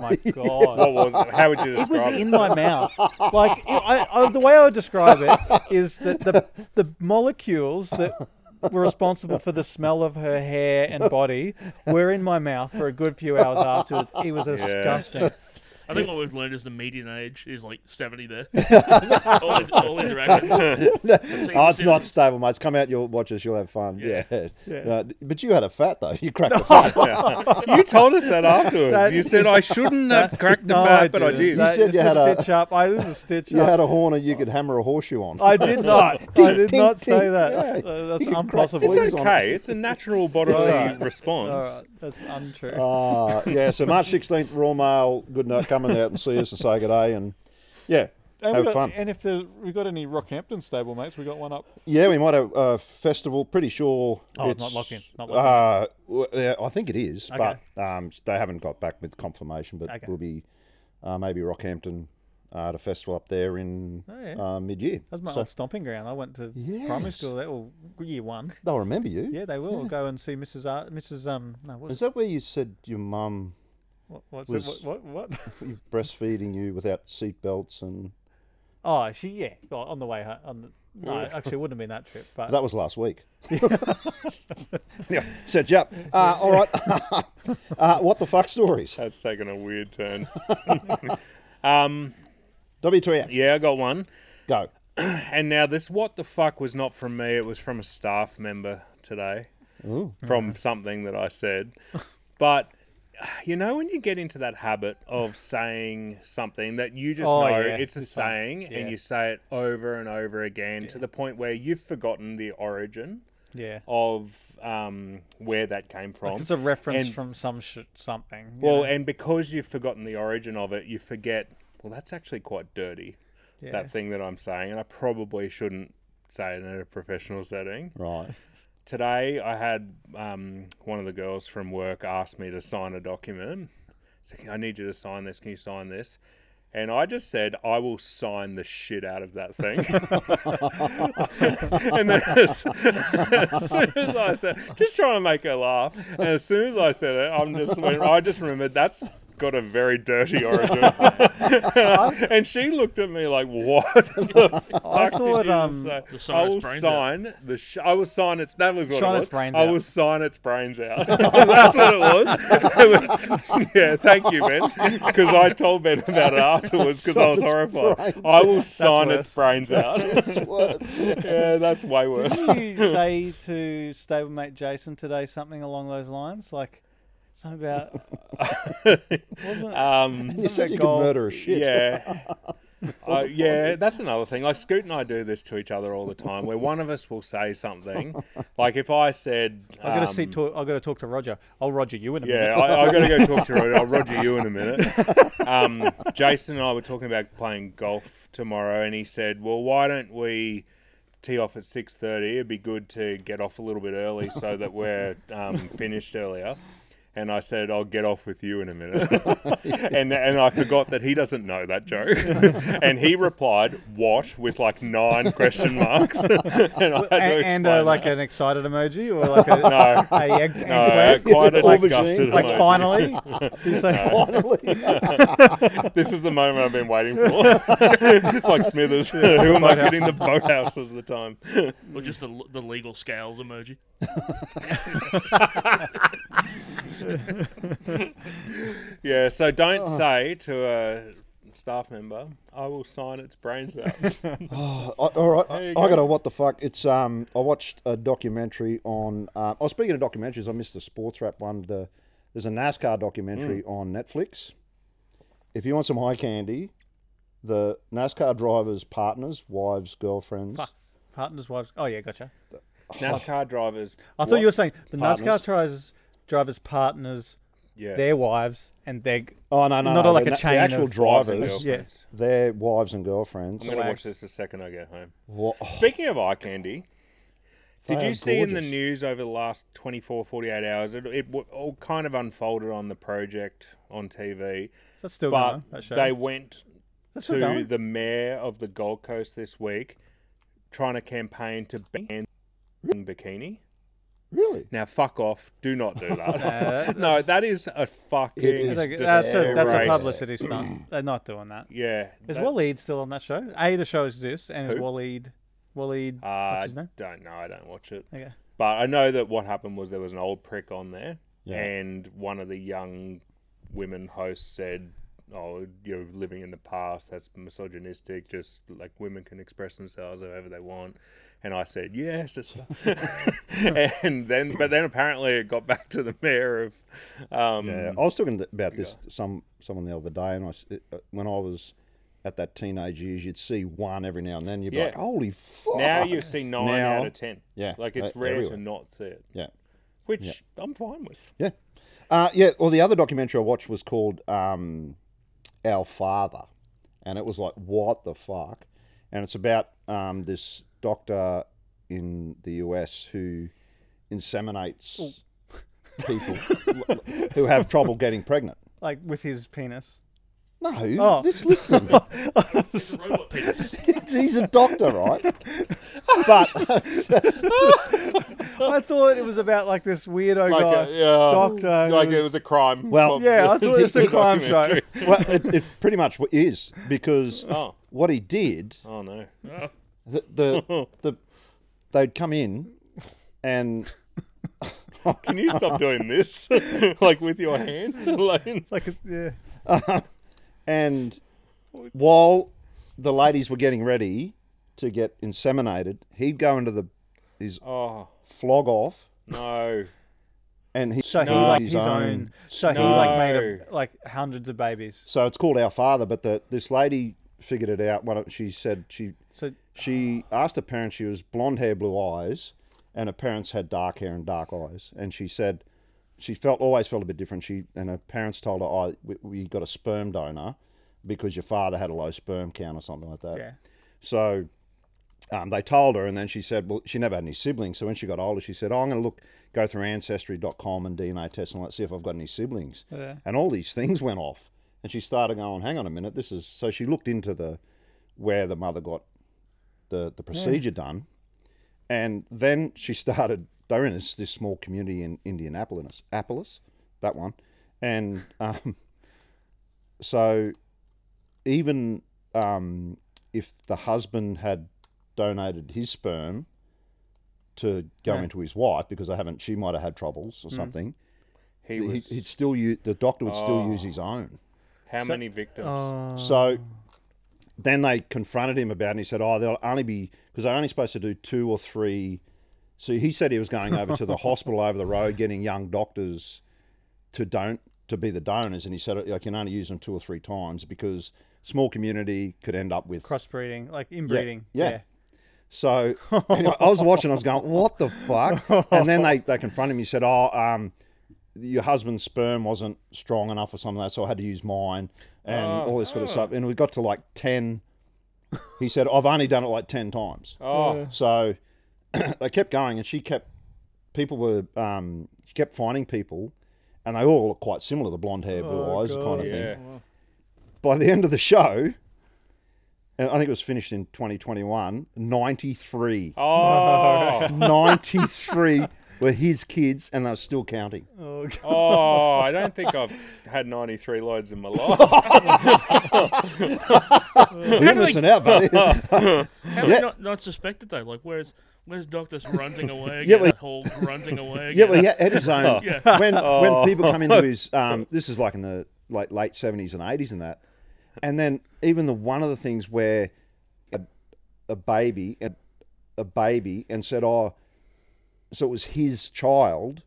S1: my
S3: What
S1: god.
S3: was it? How would you
S1: It was
S3: describe it?
S1: in my mouth. Like it, I, I, the way I would describe it is that the the molecules that were responsible for the smell of her hair and body were in my mouth for a good few hours afterwards. It was disgusting.
S4: I think what we've learned is the median age is like seventy there. all, all interactions.
S2: Oh, it's not stable, mate. It's come out. You'll watch us. You'll have fun. Yeah. Uh, but you had a fat though. You cracked a fat.
S3: You told us that afterwards.
S1: That-
S3: you said I shouldn't have cracked the
S1: No,
S3: fat,
S1: I
S3: but I
S1: didn't.
S3: did.
S1: That-
S2: said
S1: it's
S2: you had
S1: a
S2: a-
S1: stitch up. I this is a stitch
S2: you
S1: up.
S2: had a horn and you could hammer a horseshoe on.
S1: I did not. I did not say that. Uh, that's
S2: You can crack
S1: impossible.
S2: this
S3: It's
S2: Please, on it.
S3: okay. It's a natural bodily
S1: Alright.
S3: response.
S1: Alright, that's untrue.
S2: Ah, yeah. So March sixteenth, Royal Mail. Good night. Coming out and see us and say good day and yeah,
S1: And,
S2: have
S1: we got,
S2: fun.
S1: and if the, we got any Rockhampton stable mates, we got one up.
S2: Yeah, we might have a festival. Pretty sure.
S1: Oh, it's
S2: it's
S1: not locked in, not
S2: uh, w- yeah, I think it is, but um, they haven't got back with confirmation. But
S1: Okay.
S2: we'll be uh, maybe Rockhampton uh, at a festival up there in
S1: Oh, yeah.
S2: uh, mid-year.
S1: That's my
S2: So
S1: old stomping ground. I went to primary
S2: Yes.
S1: school there, well, year one.
S2: they'll remember you.
S1: Yeah, they will go and see Mrs. Ar- Mrs. Um, no, what,
S2: Is that where you said your mum
S1: what, what's
S2: was-
S1: it, what, what, what?
S2: breastfeeding you without seatbelts and
S1: Oh, she yeah, well, oh, on the way home, on the, No, actually, it wouldn't have been that trip. But
S2: Uh, That was last week. yeah, set you up. Uh, all right. uh, what the fuck stories?
S3: That's taken a weird turn.
S2: WTF?
S3: yeah, I got one.
S2: Go.
S3: And now this what the fuck was not from me, it was from a staff member today. From something that I said. But you know when you get into that habit of saying something that you just
S1: Oh,
S3: know
S1: yeah,
S3: it's a
S1: it's like-
S3: saying
S1: yeah.
S3: and you say it over and over again to the point where you've forgotten the origin
S1: yeah,
S3: of um, where that came from.
S1: it's a reference
S3: and-
S1: from some sh- something. you
S3: Well,
S1: know.
S3: and because you've forgotten the origin of it, you forget, well, that's actually quite dirty,
S1: Yeah.
S3: that thing that I'm saying, and I probably shouldn't say it in a professional setting.
S2: Right.
S3: Today, I had um, one of the girls from work ask me to sign a document. So, I need you to sign this. Can you sign this? And I just said, I will sign the shit out of that thing. and then as, as soon as I said, just trying to make her laugh. And as soon as I said it, I'm just, went, I just remembered that's got a very dirty origin. and, I- and she looked at me like, what? the fuck did
S1: thought,
S3: you
S1: um,
S3: say?"
S4: The sign
S3: I
S4: its
S3: will
S4: brains out.
S3: sign the. Sh- I will sign its. That was what
S1: Sign
S3: it was.
S1: its brains
S3: I
S1: out.
S3: will sign its brains out. That's what it was. It was- yeah, thank you, Ben, because I told Ben about it afterwards because I was
S2: Sign its
S3: horrified.
S2: brains
S3: I will sign its
S1: worse.
S3: brains out. yeah, that's way worse.
S1: Didn't you say to stablemate Jason today something along those lines? Like something about wasn't it?
S3: Um,
S2: You said
S1: that
S2: you
S1: golf?
S2: could murder a shit.
S3: Yeah. Uh, yeah, that's another thing. Like Scoot and I do this to each other all the time, where one of us will say something. Like if I said,
S1: I gotta see.
S3: um,
S1: Talk, I gotta talk to Roger. I'll Roger you in a
S3: Yeah,
S1: minute.
S3: I, I got to go talk to Roger. I'll Roger you in a minute. Um, Jason and I were talking about playing golf tomorrow, and he said, "Well, why don't we tee off at six thirty? It'd be good to get off a little bit early so that we're um, finished earlier." And I said, "I'll get off with you in a minute," and and I forgot that he doesn't know that joke, and he replied, "What?" with like nine question marks, and I had to
S1: and,
S3: explain
S1: and uh, like
S3: that.
S1: an excited emoji or like a,
S3: no.
S1: a egg,
S3: No,
S1: eggplant?
S3: quite a
S1: like,
S3: disgusted
S1: like
S3: emoji.
S1: finally. You say,
S3: This is the moment I've been waiting for. it's like Smithers. Who am I kidding? The boathouse was the time.
S4: Or just the, the legal scales emoji.
S3: Yeah, so don't
S1: Oh.
S3: say to a staff member, I will sign its brains out.
S2: I- all right, I,
S3: There you
S2: I
S3: go.
S2: got a what the fuck. It's um, I watched a documentary on. Uh, oh, speaking of documentaries, I missed the sports wrap one. The there's a NASCAR documentary
S3: Mm.
S2: on Netflix. If you want some high candy, the NASCAR drivers' partners, wives, girlfriends.
S1: partners, wives. Oh yeah, gotcha.
S3: NASCAR drivers.
S1: I thought you were saying the NASCAR drivers, drivers, partners,
S3: Yeah.
S1: their wives, and their.
S2: Oh no, no,
S1: Not
S2: no,
S1: like
S2: the,
S1: a
S2: na-
S1: chain
S2: The actual
S1: of
S3: wives and
S2: drivers,
S1: yeah.
S3: girlfriends.
S2: their wives and girlfriends.
S3: I'm going to watch
S1: Relax.
S3: this the second I get home.
S2: Wha- oh,
S3: Speaking of eye candy, did
S2: They
S3: you
S2: are
S3: see in the
S2: gorgeous.
S3: news over the last 24, 48 hours? It, it w- all kind of unfolded on the project on TV,
S1: Uh-huh. That's still going.
S3: but
S1: on, that show.
S3: they went
S1: That's still
S3: to
S1: going.
S3: the mayor of the Gold Coast this week, trying to campaign to ban bikini.
S2: Really?
S3: Now, fuck off! Do not do that.
S1: that-
S3: no, that is a fucking.
S2: It is
S1: That's a,
S2: It's
S1: that's, a, that's a
S3: disgrace.
S1: publicity stunt. They're not doing that.
S3: Yeah.
S1: Is
S3: that-
S1: Waleed still on that show? A, the show exists, and is
S3: Who?
S1: Waleed. Waleed.
S3: Uh,
S1: what's his name?
S3: Don't know. I don't watch it.
S1: Okay.
S3: But I know that what happened was there was an old prick on there,
S2: Yeah.
S3: and one of the young women hosts said, "Oh, you're living in the past. That's misogynistic. Just like women can express themselves however they want." And I said, "Yes." It's and then, but then apparently it got back to the mayor of. Um,
S2: Yeah, I was talking th- about this to some someone the other day, and I s- it- uh, when I was at that teenage years, you'd see one every now and then. You'd be like,
S3: Yeah.
S2: "Holy fuck!"
S3: Now you see nine
S2: Now-
S3: out of ten.
S2: yeah,
S3: like it's
S2: e-
S1: uh,
S3: rare
S2: everywhere.
S3: to not see it,
S2: Yeah,
S3: which I'm fine with.
S2: yeah, uh, yeah. Well, the other documentary I watched was called um, "Our Father," and it was like, "What the fuck?" And it's about um, this doctor in the US who inseminates people who have trouble getting pregnant.
S1: Like with his penis.
S2: No,
S1: Oh.
S2: this listen.
S4: It's a robot penis.
S2: he's a doctor, right? But
S1: I thought it was about like this weirdo
S3: Like,
S1: guy,
S3: a, yeah,
S1: doctor. who
S3: like
S1: was-
S3: it was a crime.
S2: Well-
S3: of
S1: yeah, I thought it was a
S3: the
S1: crime show.
S3: documentary.
S2: well, it, it pretty much is because
S3: Oh.
S2: what he did
S3: Oh no.
S4: Oh,
S2: the the, the they'd come in and
S3: Can you stop doing this? like with your hand? like,
S1: Like, it's- yeah.
S2: and while the ladies were getting ready to get inseminated, he'd go into the his
S3: oh,
S2: flog off
S3: no.
S2: and he
S1: So he
S3: No.
S1: like his own. So he like made a,
S3: No.
S1: like hundreds of babies.
S2: So it's called Our Father, but the, this lady figured it out. When she said she
S1: So
S2: she asked her parents, she was blonde hair, blue eyes, and her parents had dark hair and dark eyes. And she said she felt always felt a bit different. She and her parents told her, "I we, we got a sperm donor because your father had a low sperm count or something like that."
S1: yeah,
S2: So um, they told her, and then she said, well, she never had any siblings. So when she got older, she said, oh, I'm going to look, go through ancestry.com and DNA test and let's see if I've got any siblings.
S1: Yeah.
S2: And all these things went off. And she started going, hang on a minute, this is. So she looked into the where the mother got the, the procedure done. And then she started, they were in this, this small community in Indianapolis, Apolis, that one. And um, so even um, if the husband had donated his sperm to go
S1: Yeah.
S2: into his wife because they haven't, she might have had troubles or something.
S3: Hmm. He
S2: He
S3: was. Oh.
S2: would still use the doctor would still use his own.
S3: how many victims?
S2: So then they confronted him about, it and he said, "Oh, they'll only be because they're only supposed to do two or three. So he said he was going over to the hospital over the road, getting young doctors to don't to be the donors, and he said I can only use them two or three times because small community could end up with
S1: crossbreeding, like inbreeding.
S2: yeah. So anyway, I was watching. I was going, "What the fuck?" And then they, they confronted me. Said, "Oh, um, your husband's sperm wasn't strong enough or something like that, so I had to use mine and
S3: Oh.
S2: all this sort of stuff." And we got to like ten. He said, "I've only done it like ten times."
S3: oh,
S2: So they kept going, and she kept people were um, she kept finding people, and they all looked quite similar—the blonde hair, blue eyes, kind of thing
S3: yeah.
S2: by the end of the show, and I think it was finished in 2021, 93.
S3: Oh,
S2: 93 were his kids, and they're still counting.
S1: Oh, God.
S3: oh, I don't think I've had 93 loads in my life.
S2: Well, you're missing out, buddy.
S4: How
S2: Yeah.
S4: yeah. not, not suspected though? Like, where's where's Doctor running away?
S2: Yeah,
S4: Again,
S2: well-
S4: yeah, whole running away.
S2: yeah,
S4: Again?
S2: well, yeah, Oh. had his own.
S4: Yeah.
S2: When when people come into his, um, this is like in the like late 70s and 80s and that, and then even the one of the things where a, a baby a, a baby and said, oh, so it was his child.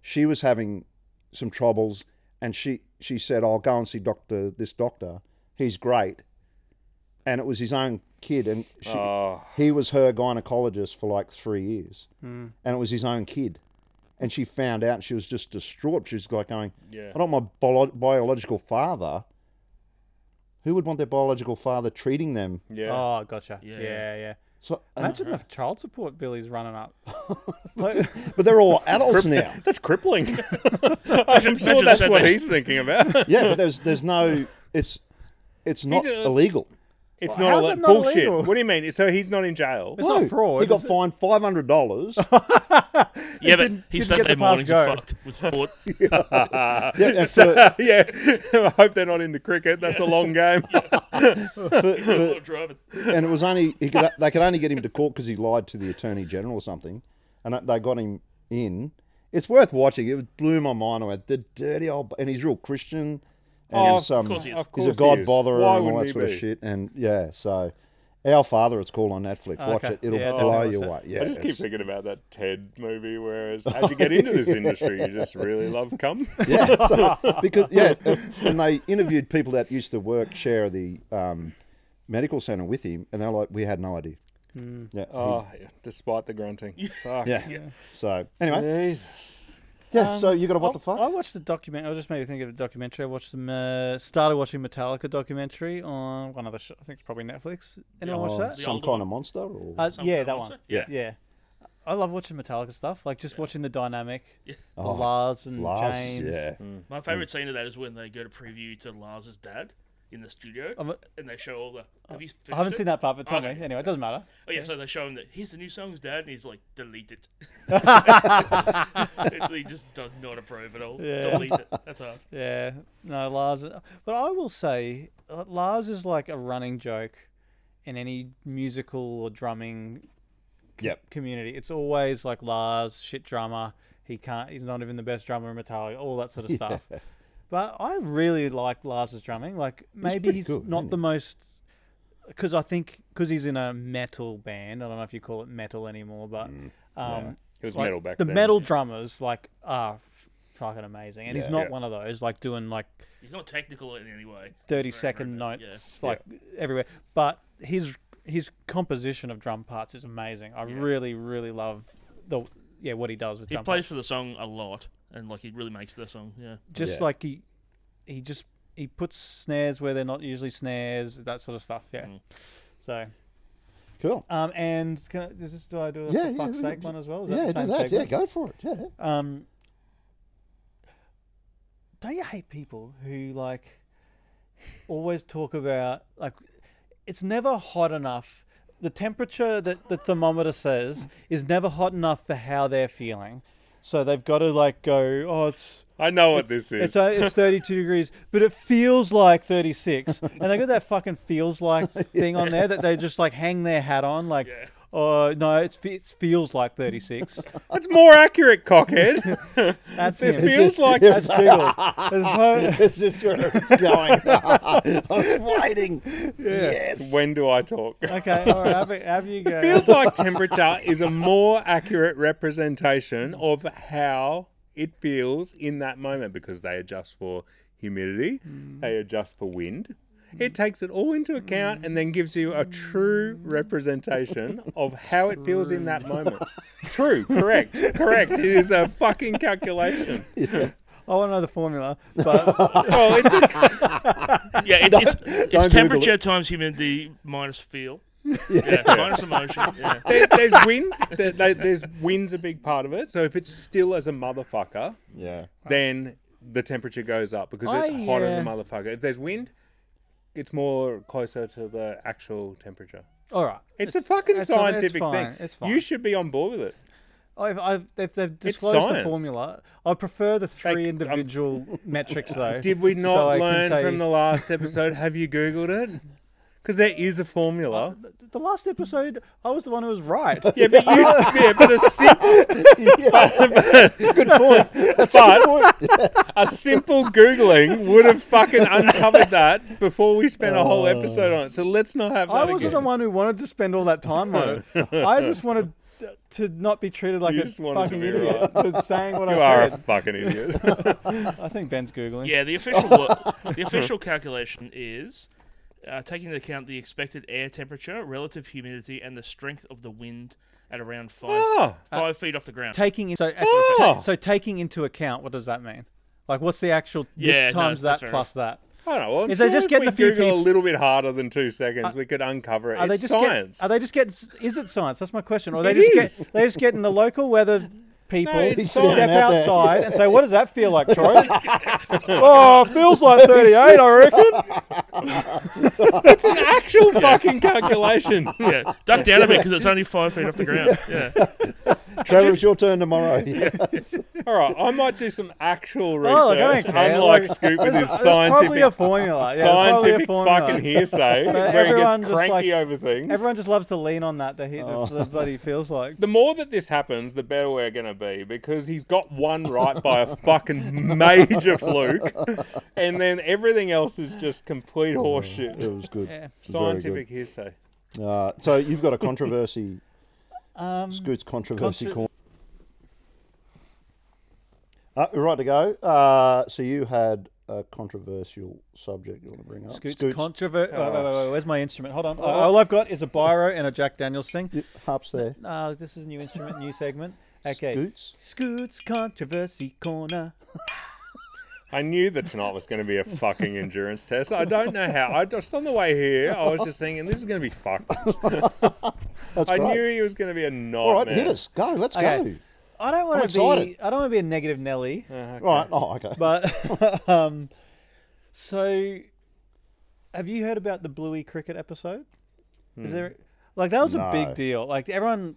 S2: She was having some troubles, and she she said, "I'll go and see doctor this doctor. He's great." And it was his own kid, and she,
S3: Oh.
S2: he was her gynecologist for like three years,
S1: Hmm.
S2: and it was his own kid. And she found out, and she was just distraught. She was like going,
S3: Yeah.
S2: "I don't want my bio- biological father." Who would want their biological father treating them?
S3: Yeah.
S1: Oh, gotcha. Yeah,
S4: Yeah.
S1: yeah.
S2: So, uh,
S1: Imagine the child support Billy's running up. Like,
S2: but they're all adults now.
S3: That's crippling. I'm sure that's
S4: said
S3: what
S4: this.
S3: he's thinking about.
S2: Yeah, but there's there's no it's it's not
S3: a-
S2: illegal.
S3: It's
S1: how's
S3: not, alle-
S1: it not
S3: bullshit.
S1: illegal?
S3: What do you mean? So he's not in jail.
S1: It's not
S2: No,
S1: fraud,
S2: He got
S1: is it?
S2: fined five hundred dollars.
S4: yeah, but
S1: didn't-
S4: his
S1: didn't get the
S4: Saturday
S1: pass
S4: mornings are
S1: go.
S4: fucked with sport.
S2: for,
S3: yeah. I hope they're not into cricket. That's a long game.
S2: for- for-
S4: Not driving.
S2: and it was only he could, they could only get him to court because he lied to the attorney general or something, and they got him in. It's worth watching. It blew my mind. I went, the dirty old, and he's real Christian. And
S3: Oh,
S2: he's, um,
S4: of course he is. Of
S2: He's a
S3: course he
S2: god
S3: is.
S2: botherer
S3: Why
S2: and all
S3: wouldn't
S2: that
S3: he
S2: sort of
S3: be?
S2: shit. And yeah, so our father, it's called on Netflix. Watch
S1: Okay.
S2: it; it'll
S1: Yeah,
S2: blow
S1: definitely
S2: you
S1: watch
S2: away. Yeah,
S3: I just keep
S2: it's-
S3: thinking about that Ted movie. Whereas, how'd you get into this industry? You just really love cum.
S2: yeah, so- because yeah, and they interviewed people that used to work share the um, medical center with him, and they're like, we had no idea. Yeah, he-
S3: Oh, yeah, despite the grunting. Fuck.
S2: yeah. So anyway,
S3: Jeez.
S2: yeah. so you got to what the
S1: I,
S2: fuck?
S1: Um, I watched the documentary. I just made me think of a documentary. I watched some. Uh, started watching Metallica documentary on one of the. Sh- I think it's probably Netflix. Anyone watch that?
S4: The
S2: Oh, Some
S4: older
S2: kind
S4: one.
S2: of monster, or
S1: Uh,
S4: Some
S1: yeah,
S4: kind
S1: that
S4: of
S1: one.
S4: monster? Yeah.
S1: yeah. I love watching Metallica stuff. Like just watching the dynamic, the
S2: Oh,
S1: Lars and
S2: Lars,
S1: James.
S2: yeah.
S3: Hmm.
S4: My favorite scene of that is when they go to preview to Lars's dad in the studio,
S1: I'm a-
S4: and they show all the. Have you
S1: I haven't
S4: finished it?
S1: seen that part, but tell
S4: Okay.
S1: me anyway. It doesn't matter.
S4: Oh yeah, so they show him that here's the new songs, Dad, and he's like, delete it. And he just does not approve at all.
S1: Yeah.
S4: Delete it. That's hard.
S1: Yeah, no, Lars. But I will say, uh, Lars is like a running joke in any musical or drumming
S2: Yep.
S1: community. It's always like Lars, shit drummer. He can't. He's not even the best drummer in Metallica. All that sort of stuff. But I really like Lars's drumming. Like maybe
S2: pretty
S1: he's
S2: good,
S1: not
S2: isn't
S1: the most because I think because he's in a metal band. I don't know if you call it metal anymore, but um,
S3: Mm, It was
S1: like,
S3: metal back
S1: the
S3: then.
S1: metal drummers like are f- fucking amazing, and he's
S2: Yeah.
S1: not
S3: Yeah.
S1: one of those like doing like
S4: He's not technical in any way.
S1: thirty
S4: He's very
S1: second
S4: impressive,
S1: notes like everywhere. But his his composition of drum parts is amazing. I really really love the yeah what he does with
S4: Yeah. He
S1: drum
S4: plays
S1: parts.
S4: for the song a lot, and like he really makes the song. Yeah.
S1: Just
S2: Yeah.
S1: like he he just he puts snares where they're not usually snares, that sort of stuff. Yeah.
S4: Mm.
S1: So
S2: Cool.
S1: um and can I, does this do I do a
S2: Yeah,
S1: for
S2: yeah,
S1: fuck's
S2: we-
S1: sake one as well? Is
S2: yeah,
S1: that the
S2: do
S1: same
S2: that. Yeah,
S1: sequence?
S2: go for it. Yeah.
S1: Um, don't you hate people who like always talk about like it's never hot enough. The temperature that the thermometer says is never hot enough for how they're feeling. So they've got to like go, oh, it's
S3: I know what this is.
S1: it's, uh, it's 32 degrees, but it feels like 36. And they got that fucking feels like thing on there that they just like hang their hat on, like, oh, no, it's, fe- it feels like 36.
S3: That's more accurate, cockhead.
S1: That's
S3: It
S1: him.
S3: feels like
S1: That's Jiggles. That's
S2: Is this where it's going? I was waiting. Yes.
S3: when do I talk?
S1: fine. okay, all right, have, it, have you go.
S3: feels like temperature is a more accurate representation of how it feels in that moment because they adjust for humidity,
S1: Mm.
S3: they adjust for wind. It takes it all into account and then gives you a true representation of how it feels in that moment. True, correct, correct. It is a fucking calculation.
S1: I want to know the formula, but
S3: Oh, it's a,
S4: Yeah. It's, it's, it's
S2: Google
S4: temperature times humidity minus feel. Yeah. Minus emotion. Yeah.
S3: there, there's wind. There, there, there's wind's a big part of it. So if it's still as a motherfucker,
S2: Yeah.
S3: then the temperature goes up because
S1: I,
S3: it's hot as
S1: uh,
S3: a motherfucker. If there's wind, it's more closer to the actual temperature.
S1: all right.
S3: It's, a fucking
S1: it's a- it's
S3: scientific
S1: fine,
S3: thing.
S1: It's fine.
S3: You should be on board with it.
S1: I've, I've, if they've disclosed the
S3: science.
S1: formula, I prefer the three
S3: Like, um,
S1: individual metrics though.
S3: Did we
S1: so
S3: not
S1: I can
S3: learn
S1: say-
S3: from the last episode? Have you Googled it? Because there is a formula.
S1: the last episode? I was the one who was right.
S3: yeah, but you, yeah, but a simple,
S2: Good point. That's a good point.
S3: a simple Googling would have fucking uncovered that before we spent a whole episode on it. So let's not have that
S1: Oh. I wasn't
S3: again.
S1: the one who wanted to spend all that time on it. I just wanted to not be treated like
S3: You
S1: a
S3: just wanted to
S1: fucking
S3: be
S1: idiot for saying what
S3: You are
S1: I
S3: a
S1: said.
S3: fucking idiot.
S1: I think Ben's googling.
S4: Yeah, the official wo- the official calculation is uh, taking into account the expected air temperature, relative humidity, and the strength of the wind at around five
S3: Oh.
S4: five feet off the ground.
S1: taking in- so
S3: Oh.
S1: so taking into account what does that mean like what's the actual
S4: Yeah,
S1: this
S4: no,
S1: times
S4: that's
S1: that
S4: fair
S1: plus that
S3: I don't know. I'm
S1: Is
S3: sure
S1: they just
S3: if
S1: getting
S3: we
S1: a few
S3: Google
S1: people-
S3: a little bit harder than two seconds, we could uncover it.
S1: are
S3: it's
S1: they just get-
S3: science.
S1: are they just getting s- is it science that's my question or are they
S3: It
S1: just
S3: is.
S1: get they just getting the local weather people
S3: No, it's
S1: to
S3: science.
S1: step
S2: Out there.
S1: outside and say what does that feel like Troy oh it feels like 38 I reckon
S3: it's an actual fucking calculation.
S4: yeah, duck down a bit because it's only five feet off the ground. Yeah,
S2: Trevor, it's your turn tomorrow.
S3: All right, I might do some actual research,
S1: oh look I don't care
S3: unlike
S1: Like,
S3: Scoop with his
S1: there's- there's probably a
S3: scientific,
S1: formula yeah, there's probably a
S3: scientific
S1: formula.
S3: fucking hearsay, where he
S1: everyone
S3: gets
S1: just,
S3: cranky
S1: like-
S3: over things.
S1: everyone just loves to lean on that the, he- the, the bloody feels like
S3: Oh. the more that this happens, the better we're going to be because he's got one right by a fucking major fluke, and then everything else is just complete horseshit.
S2: It was good.
S1: Yeah.
S2: It was very good.
S3: Scientific hearsay.
S2: Uh, so you've got a controversy.
S1: um
S2: Scoot's controversy
S1: Contro-
S2: corner. Uh, we're right to go. Uh, so you had a controversial subject you want to bring up.
S1: Scoot's, controver- wait, wait,
S3: Oh.
S1: wait, wait, where's my instrument? Hold on. Uh,
S2: Oh.
S1: all I've got is a biro and a Jack Daniels thing.
S2: Yeah, harps there.
S1: Uh, this is a new instrument, new segment. Okay.
S2: Scoots.
S1: Scoot's controversy corner.
S3: I knew that tonight was going to be a fucking endurance test. I don't know how. I just on the way here, I was just thinking this is going to be fucked.
S2: That's
S3: I
S2: great.
S3: knew he was going to be a nightmare.
S2: All right, hit us. Go. Let's
S1: Okay. I don't want
S2: I'm
S1: to be.
S2: excited.
S1: I don't want to be a negative Nelly,
S2: go. All right. Oh, okay.
S1: but um, so have you heard about the Bluey cricket episode? Is there like that was a
S2: Hmm. No.
S1: big deal? Like everyone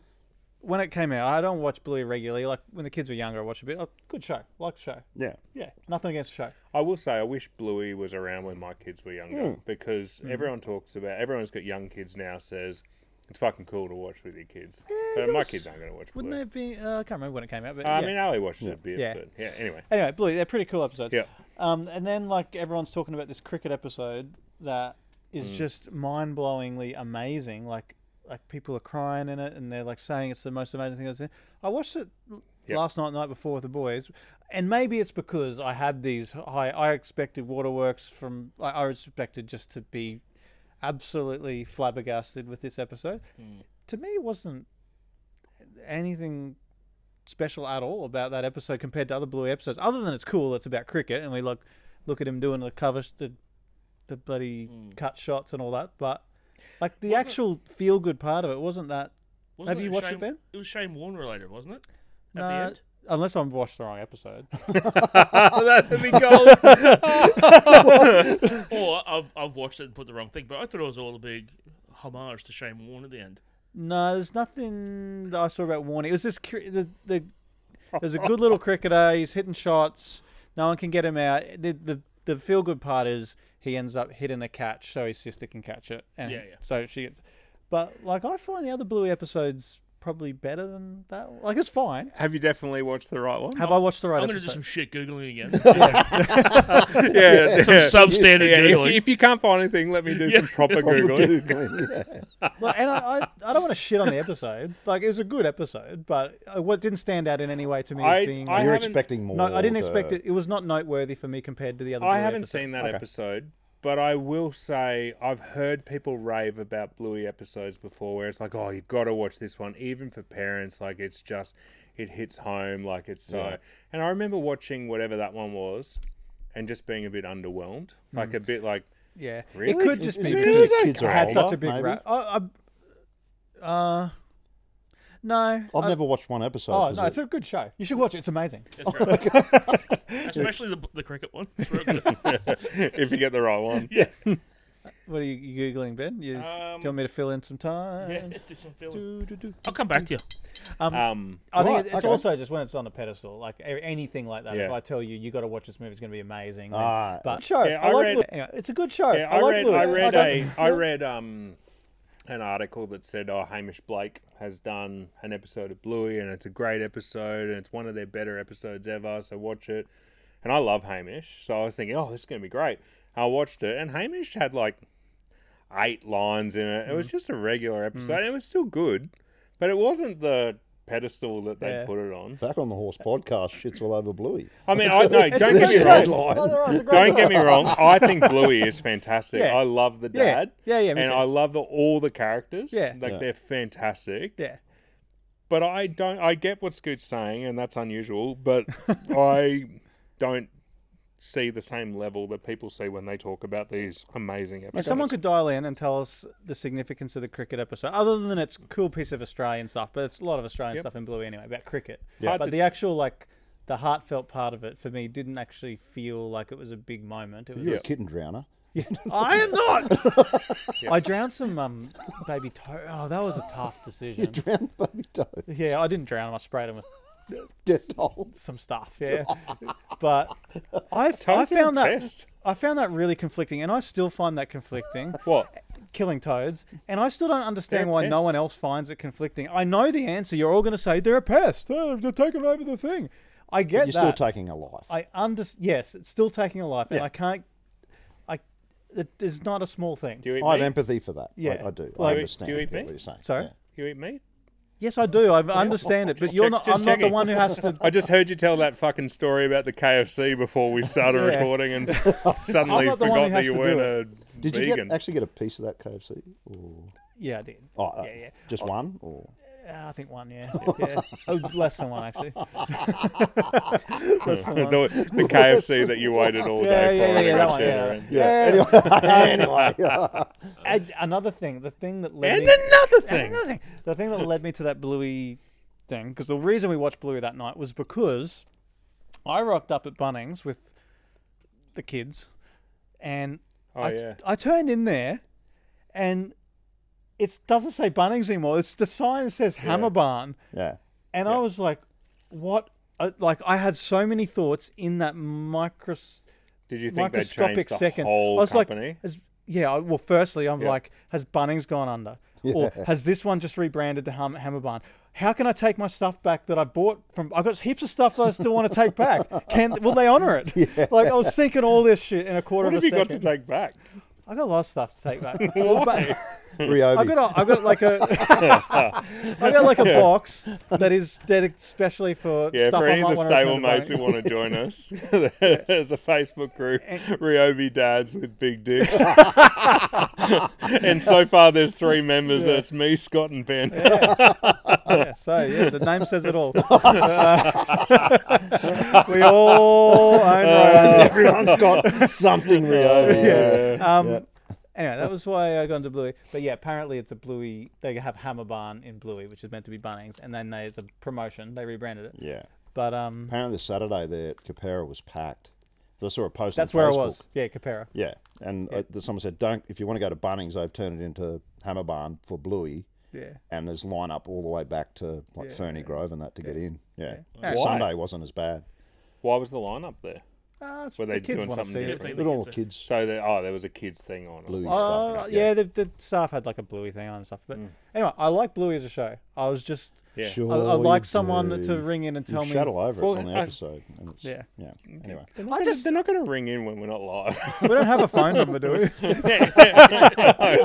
S1: when it came out, I don't watch Bluey regularly. Like when the kids were younger, I watched a bit. Oh, good show, like the show.
S2: Yeah.
S1: Yeah, nothing against the show.
S3: I will say I wish Bluey was around when my kids were younger
S2: Hmm.
S3: because everyone talks about everyone's got young kids now says it's fucking cool to watch with your kids. but my kids aren't going to watch
S1: Wouldn't
S3: Bluey.
S1: they have been? Uh, I can't remember when it came out, but
S3: I
S1: yeah.
S3: mean, Ali watched it a bit,
S1: Yeah.
S3: but yeah. Anyway,
S1: anyway, Bluey, they're pretty cool episodes.
S3: yeah.
S1: Um, and then like everyone's talking about this cricket episode that is just mind-blowingly amazing. Like like people are crying in it, and they're like saying it's the most amazing thing. I've seen. I watched it l-
S3: Yep.
S1: last night, night before with the boys, and maybe it's because I had these high. I expected waterworks from. I, I expected just to be absolutely flabbergasted with this episode. To me, it wasn't anything special at all about that episode compared to other Bluey episodes, other than it's cool. It's about cricket, and we look look at him doing the cover, sh- the the bloody
S4: Hmm.
S1: cut shots and all that. But like the actual feel good part of it wasn't that.
S4: Wasn't
S1: Have you watched it,
S4: Shane,
S1: Ben?
S4: It was Shane Warne related, wasn't it? At the
S1: Nah,
S4: end.
S1: Unless I've watched the wrong episode.
S3: That'd be gold.
S4: Or I've, I've watched it and put the wrong thing, but I thought it was all a big homage to Shane Warne at the end.
S1: no, there's nothing that I saw about Warney. It was this cri- the, the there's a good little cricketer. He's hitting shots. No one can get him out. The the, the feel good part is he ends up hitting a catch so his sister can catch it. And
S4: Yeah, yeah.
S1: So she gets. But like I find the other Bluey episodes probably better than that. Like it's fine.
S3: Have you definitely watched the right one?
S1: Have I watched the right
S4: I'm going to
S1: episode?
S4: do some shit googling again. Yeah,
S3: Yeah, yeah.
S4: Some substandard
S3: Yeah, if,
S4: googling.
S3: if you can't find anything, let me do some proper googling.
S2: Googling, yeah.
S1: Like, and I, I, I don't want to shit on the episode. Like it was a good episode, but uh, what didn't stand out in any way to me
S3: I-
S1: as being.
S3: I
S1: like-
S2: You're
S3: haven't-
S2: expecting more. uh,
S1: no, I didn't expect
S2: the-
S1: it. It was not noteworthy for me compared to the other.
S3: I
S1: Bluey
S3: haven't
S1: episode.
S3: seen that episode, but I will say I've heard people rave about Bluey episodes before where it's like, oh, you've got to watch this one, even for parents. Like, it's just, it hits home. Like, it's so. And I remember watching whatever that one was and just being a bit underwhelmed.
S1: Mm.
S3: Like, a bit like,
S1: Yeah,
S3: Really?
S1: it could just
S2: Is
S1: be
S2: it
S1: because
S3: because
S2: because
S3: I
S2: kids are
S1: I had
S2: older,
S1: such a big
S2: maybe?
S1: rap. I, I, uh, no,
S2: I've
S1: I-
S2: never watched one episode.
S1: Oh
S2: 'cause
S1: no,
S2: it-
S1: it's a good show. You should watch it. It's amazing.
S4: That's right. Especially the, the cricket one. It's real good.
S3: if you get the right one. yeah.
S1: What are you, you googling, Ben? You, do you
S3: Um,
S1: want me to fill in some time?
S4: Do some filling.
S1: Do, do, do.
S4: I'll come back to you.
S3: Um,
S1: I think
S2: Right,
S1: it- it's
S2: okay.
S1: also just when it's on a pedestal, like a- anything like that. If
S3: Yeah.
S1: I tell you you got to watch this movie, it's going to be amazing. then-
S2: Ah,
S1: but show,
S3: Yeah,
S1: I,
S3: I
S1: like
S3: read-
S1: Lou- anyway, it's a good show.
S3: Yeah, I,
S1: like
S3: read.
S1: Lou.
S3: I read
S1: don't-
S3: a. I read um, an article that said, "Oh, Hamish Blake has done an episode of Bluey, and it's a great episode, and it's one of their better episodes ever. So watch it." And I love Hamish, so I was thinking, "Oh, this is gonna be great." I watched it, and Hamish had like eight lines in it. It
S1: Mm.
S3: was just a regular episode. and It was still good, but it wasn't the pedestal that they
S1: Yeah.
S3: put it on.
S2: Back on the horse podcast, shits all over Bluey.
S3: I mean, I no,
S1: it's
S3: don't
S1: a
S3: get
S1: good
S3: me
S1: show.
S3: wrong.
S1: No, no, no, it's a great
S3: Don't
S1: show.
S3: get me wrong. I think Bluey is fantastic.
S1: Yeah.
S3: I love the
S1: Yeah.
S3: dad.
S1: Yeah, yeah, me
S3: And
S1: too.
S3: I love the, all the characters.
S1: Yeah.
S3: Like
S2: Yeah.
S3: they're fantastic.
S1: Yeah,
S3: But I don't. I get what Scoot's saying, and that's unusual. But I don't see the same level that people see when they talk about these amazing
S1: if
S3: episodes.
S1: someone could dial in and tell us the significance of the cricket episode, other than it's a cool piece of Australian stuff, but it's a lot of Australian stuff in Bluey anyway about cricket.
S3: Yeah. Hard
S1: But
S3: to-
S1: the actual like the heartfelt part of it for me didn't actually feel like it was a big moment. It was
S2: You're a kitten drowner.
S1: I am not. I drowned some um, baby toad. Oh, that was a tough decision.
S2: Drowned baby toad.
S1: Yeah, I didn't drown him. I sprayed him with
S2: Dead hole.
S1: some stuff. Yeah, but I, I
S3: Toads are
S1: found that
S3: impressed.
S1: I found that really conflicting, and I still find that conflicting.
S3: What?
S1: killing toads, and I still don't understand
S3: They're a
S1: why no
S3: pest.
S1: one else finds it conflicting. I know the answer. You're all going to say they're a pest. They're, they're taking over the thing. I get
S2: You're still
S1: that.
S2: taking a life.
S1: I under yes, it's still taking a life, and
S2: Yeah.
S1: I can't. I it is not a small thing.
S3: Do you eat
S2: I have
S3: meat?
S2: empathy for that.
S1: Yeah.
S2: I, I do.
S1: Like-
S2: I understand
S3: Do you eat
S2: what
S3: meat?
S2: you're saying.
S1: Sorry?
S2: Yeah.
S3: You eat meat?
S1: Yes, I do. I understand it, but
S3: Just
S1: you're
S3: check-
S1: not. I'm
S3: just
S1: not the
S3: checking.
S1: one who has to.
S3: I just heard you tell that fucking story about the KFC before we started
S1: Yeah.
S3: recording, and suddenly
S1: not the one who
S3: forgot that
S1: has
S3: you
S1: to do
S3: weren't a
S2: Did you
S3: vegan.
S2: get, actually get a piece of that KFC? Or,
S1: Yeah, I did.
S2: oh, uh,
S1: Yeah, yeah.
S2: Just one? Or
S1: Uh, I think one. Yeah, yeah. Oh, less than one actually. Less than one.
S3: the, the KFC that you waited all
S1: Yeah,
S3: day
S1: yeah,
S3: for.
S1: yeah,
S3: and
S1: yeah,
S3: it got
S1: that one,
S3: you
S1: yeah.
S3: there.
S2: yeah. Anyway, anyway.
S1: And another thing, the thing that led
S3: And
S1: me,
S3: another thing.
S1: another thing, the thing that led me to that Bluey thing, because the reason we watched Bluey that night was because I rocked up at Bunnings with the kids, and
S3: Oh
S1: I,
S3: yeah.
S1: I turned in there, and it doesn't say Bunnings anymore. It's the sign that says Hammer Barn.
S2: Yeah.
S1: And I was like, what? I, like, I had so many thoughts in that micros-
S3: Did you think they
S1: microscopic
S3: changed the
S1: second.
S3: whole
S1: I was
S3: company?
S1: like, has, yeah, I- well, firstly, I'm like, has Bunnings gone under? Or has this one just rebranded to Ham- Hammer Barn? How can I take my stuff back that I bought from? I've got heaps of stuff that I still want to take back. Can will they honor it? Like I was thinking all this shit in a quarter
S3: what have
S1: of a
S3: you
S1: second.
S3: got to take back?
S1: I got a lot of stuff to take back.
S3: Why?
S1: I
S2: Ryobi.
S1: got a, I got like a I got like a box that is dedicated specially for
S3: Yeah,
S1: stuff
S3: for
S1: I
S3: any of
S1: might
S3: the
S1: want to return
S3: stable
S1: to
S3: mates
S1: Bunnings.
S3: who want to join us, there's a Facebook group, Ryobi Dads with Big Dicks. and so far, there's three members, and it's me, Scott, and Ben.
S1: Yeah, so yeah, the name says it all. we all
S2: Oh,
S1: own Ryobi.
S2: Everyone's got something Ryobi.
S1: Yeah. Um, Anyway, that was why I got into Bluey. But yeah, apparently it's a Bluey. They have Hammer Barn in Bluey, which is meant to be Bunnings, and then there's a promotion. They rebranded it.
S2: Yeah.
S1: But um,
S2: Apparently Saturday there at Capera was packed. I saw a post.
S1: that's
S2: on
S1: where I
S2: Facebook.
S1: was. Yeah, Capera.
S2: Yeah, and uh someone said, "Don't if you want to go to Bunnings, they've turned it into Hammer Barn for Bluey."
S1: Yeah.
S2: and there's line up all the way back to like Fernie Grove and that to get in. Yeah,
S1: Yeah.
S2: The
S3: Why?
S2: Sunday wasn't as bad.
S3: Why was the lineup there?
S1: Ah, it's-
S3: Were
S1: the
S3: they
S1: kids
S3: doing
S1: want to
S3: something
S1: see it.
S4: different?
S2: But
S4: the
S2: all
S4: kids
S2: the
S4: are-
S2: kids,
S3: So, there, oh, there was a kids thing on.
S2: Bluey
S1: Uh,
S2: stuff.
S1: yeah, the, the staff had like a Bluey thing on and stuff. But anyway, I like Bluey as a show. I was just,
S3: Yeah.
S1: I, I like someone to ring in and
S2: You
S1: tell me.
S2: shuttle over
S3: Well,
S2: it on the
S3: I-
S2: episode. and it's-
S1: Yeah.
S2: yeah. Anyway,
S3: They're not, gonna, they're not going to ring in when we're not live.
S1: We don't have a phone number, do we?
S3: I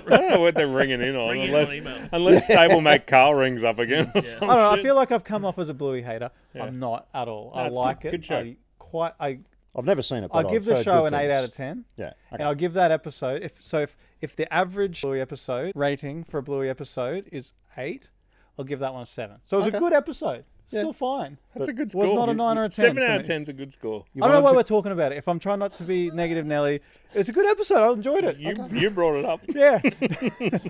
S3: don't know what they're ringing in on.
S4: Ring in
S3: unless
S4: on email.
S3: unless stable mate Carl rings up again or
S1: I don't
S3: something.
S1: know. I feel like I've come off as a Bluey hater. I'm not at all. I
S3: it's good-
S1: like it.
S3: good show.
S1: I quite. I
S2: I've never seen it.
S1: I'll
S2: But
S1: give
S2: I've
S1: the
S2: heard
S1: show
S2: good
S1: an eight
S2: things.
S1: out of ten.
S2: Yeah.
S1: And I'll give that episode if so if if the average Bluey episode rating for a Bluey episode is eight, I'll give that one a seven. So it was a good episode. Still fine.
S3: That's a good score.
S1: was not a nine or a 10
S3: Seven
S1: for
S3: out
S1: me.
S3: of ten's a good score.
S1: I don't know
S2: wanted
S1: why
S2: to-
S1: we're talking about it. If I'm trying not to be negative, Nelly, it's a good episode. I enjoyed it.
S3: You you brought it up.
S1: yeah.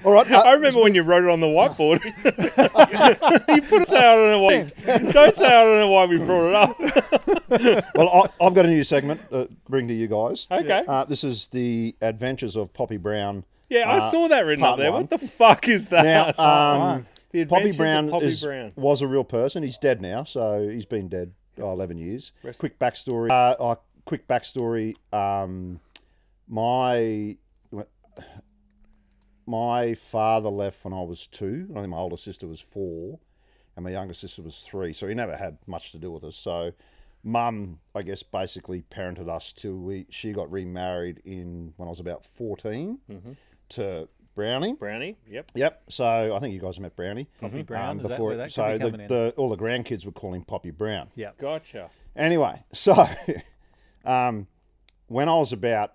S2: All right.
S3: I
S2: uh,
S3: remember when you wrote it on the whiteboard. you put it say I don't know why. Don't say I don't know why we brought it up.
S2: well, I, I've got a new segment uh, to bring to you guys.
S3: Okay.
S2: Uh, this is the Adventures of Poppy Brown.
S3: Yeah, I
S2: uh,
S3: saw that written up
S2: part
S3: there.
S2: one.
S3: What the fuck is
S2: Now,
S3: that?
S1: uh,
S2: um,
S3: the
S2: Poppy
S3: Adventures of
S2: Brown,
S3: Poppy
S2: is,
S3: Brown.
S2: was a real person. He's dead now, so he's been dead oh, 11 years. Quick backstory. Uh, uh, quick backstory. Um, my my father left when I was two. I think my older sister was four, and my younger sister was three. So he never had much to do with us. So, mum, I guess, basically parented us till we she got remarried in when I was about 14
S3: Mm-hmm.
S2: to Brownie.
S3: Brownie. Yep.
S2: Yep. So I think you guys met Brownie.
S3: Mm-hmm.
S2: Poppy
S1: Brown, is that where that could
S2: so
S1: be
S2: the,
S1: coming in?
S2: the, all the grandkids would call him Poppy Brown.
S1: Yeah.
S3: Gotcha.
S2: Anyway, so um, when I was about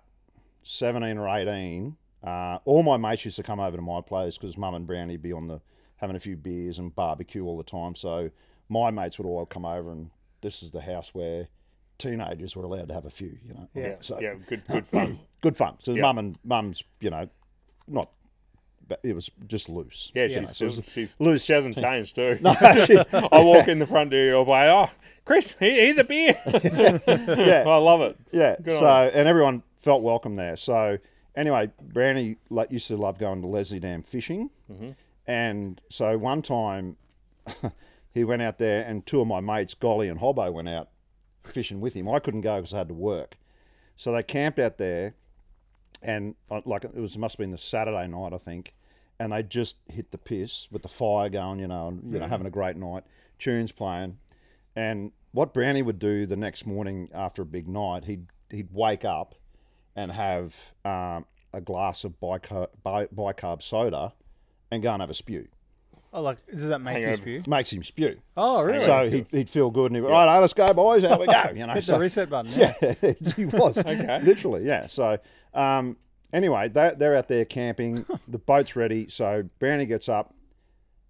S2: 17 or 18, uh, all my mates used to come over to my place because mum and Brownie would be on the having a few beers and barbecue all the time. So my mates would all come over, and this is the house where teenagers were allowed to have a few, you know.
S1: Yeah.
S2: So
S3: yeah. Good. Good fun.
S2: good fun. So
S3: Yeah.
S2: mum and mum's, you know, not, but it was just loose.
S3: Yeah,
S2: you know,
S3: she's
S2: so it
S3: still,
S2: was-
S3: she's
S2: Lou,
S3: she hasn't changed too.
S2: she-
S3: I walk in the front door, you're like, oh, Chris, he, he's a beer. I love it.
S2: Yeah.
S3: Good
S2: so
S3: on
S2: and everyone felt welcome there. So anyway, Brownie like, used to love going to Leslie Dam fishing,
S3: Mm-hmm.
S2: and so one time he went out there, and two of my mates, Golly and Hobbo, went out fishing with him. I couldn't go because I had to work, so they camped out there, and uh, like it was must have been the Saturday night, I think. And they just hit the piss with the fire going, you know, and you know, having a great night, tunes playing, and what Brownie would do the next morning after a big night, he'd he'd wake up and have um, a glass of bicarb, bi- bicarb soda and go and have a spew.
S1: Oh, like does that make you
S3: Hangover.
S1: spew?
S2: Makes him spew.
S1: Oh, really?
S2: So he'd, he'd feel good and he'd be, right, let's go, boys, out we go. You know,
S1: Hit
S2: so-
S1: the reset button. Yeah.
S2: yeah, he was. Literally, yeah. So, um, anyway, they, they're out there camping. the boat's ready. So Brownie gets up,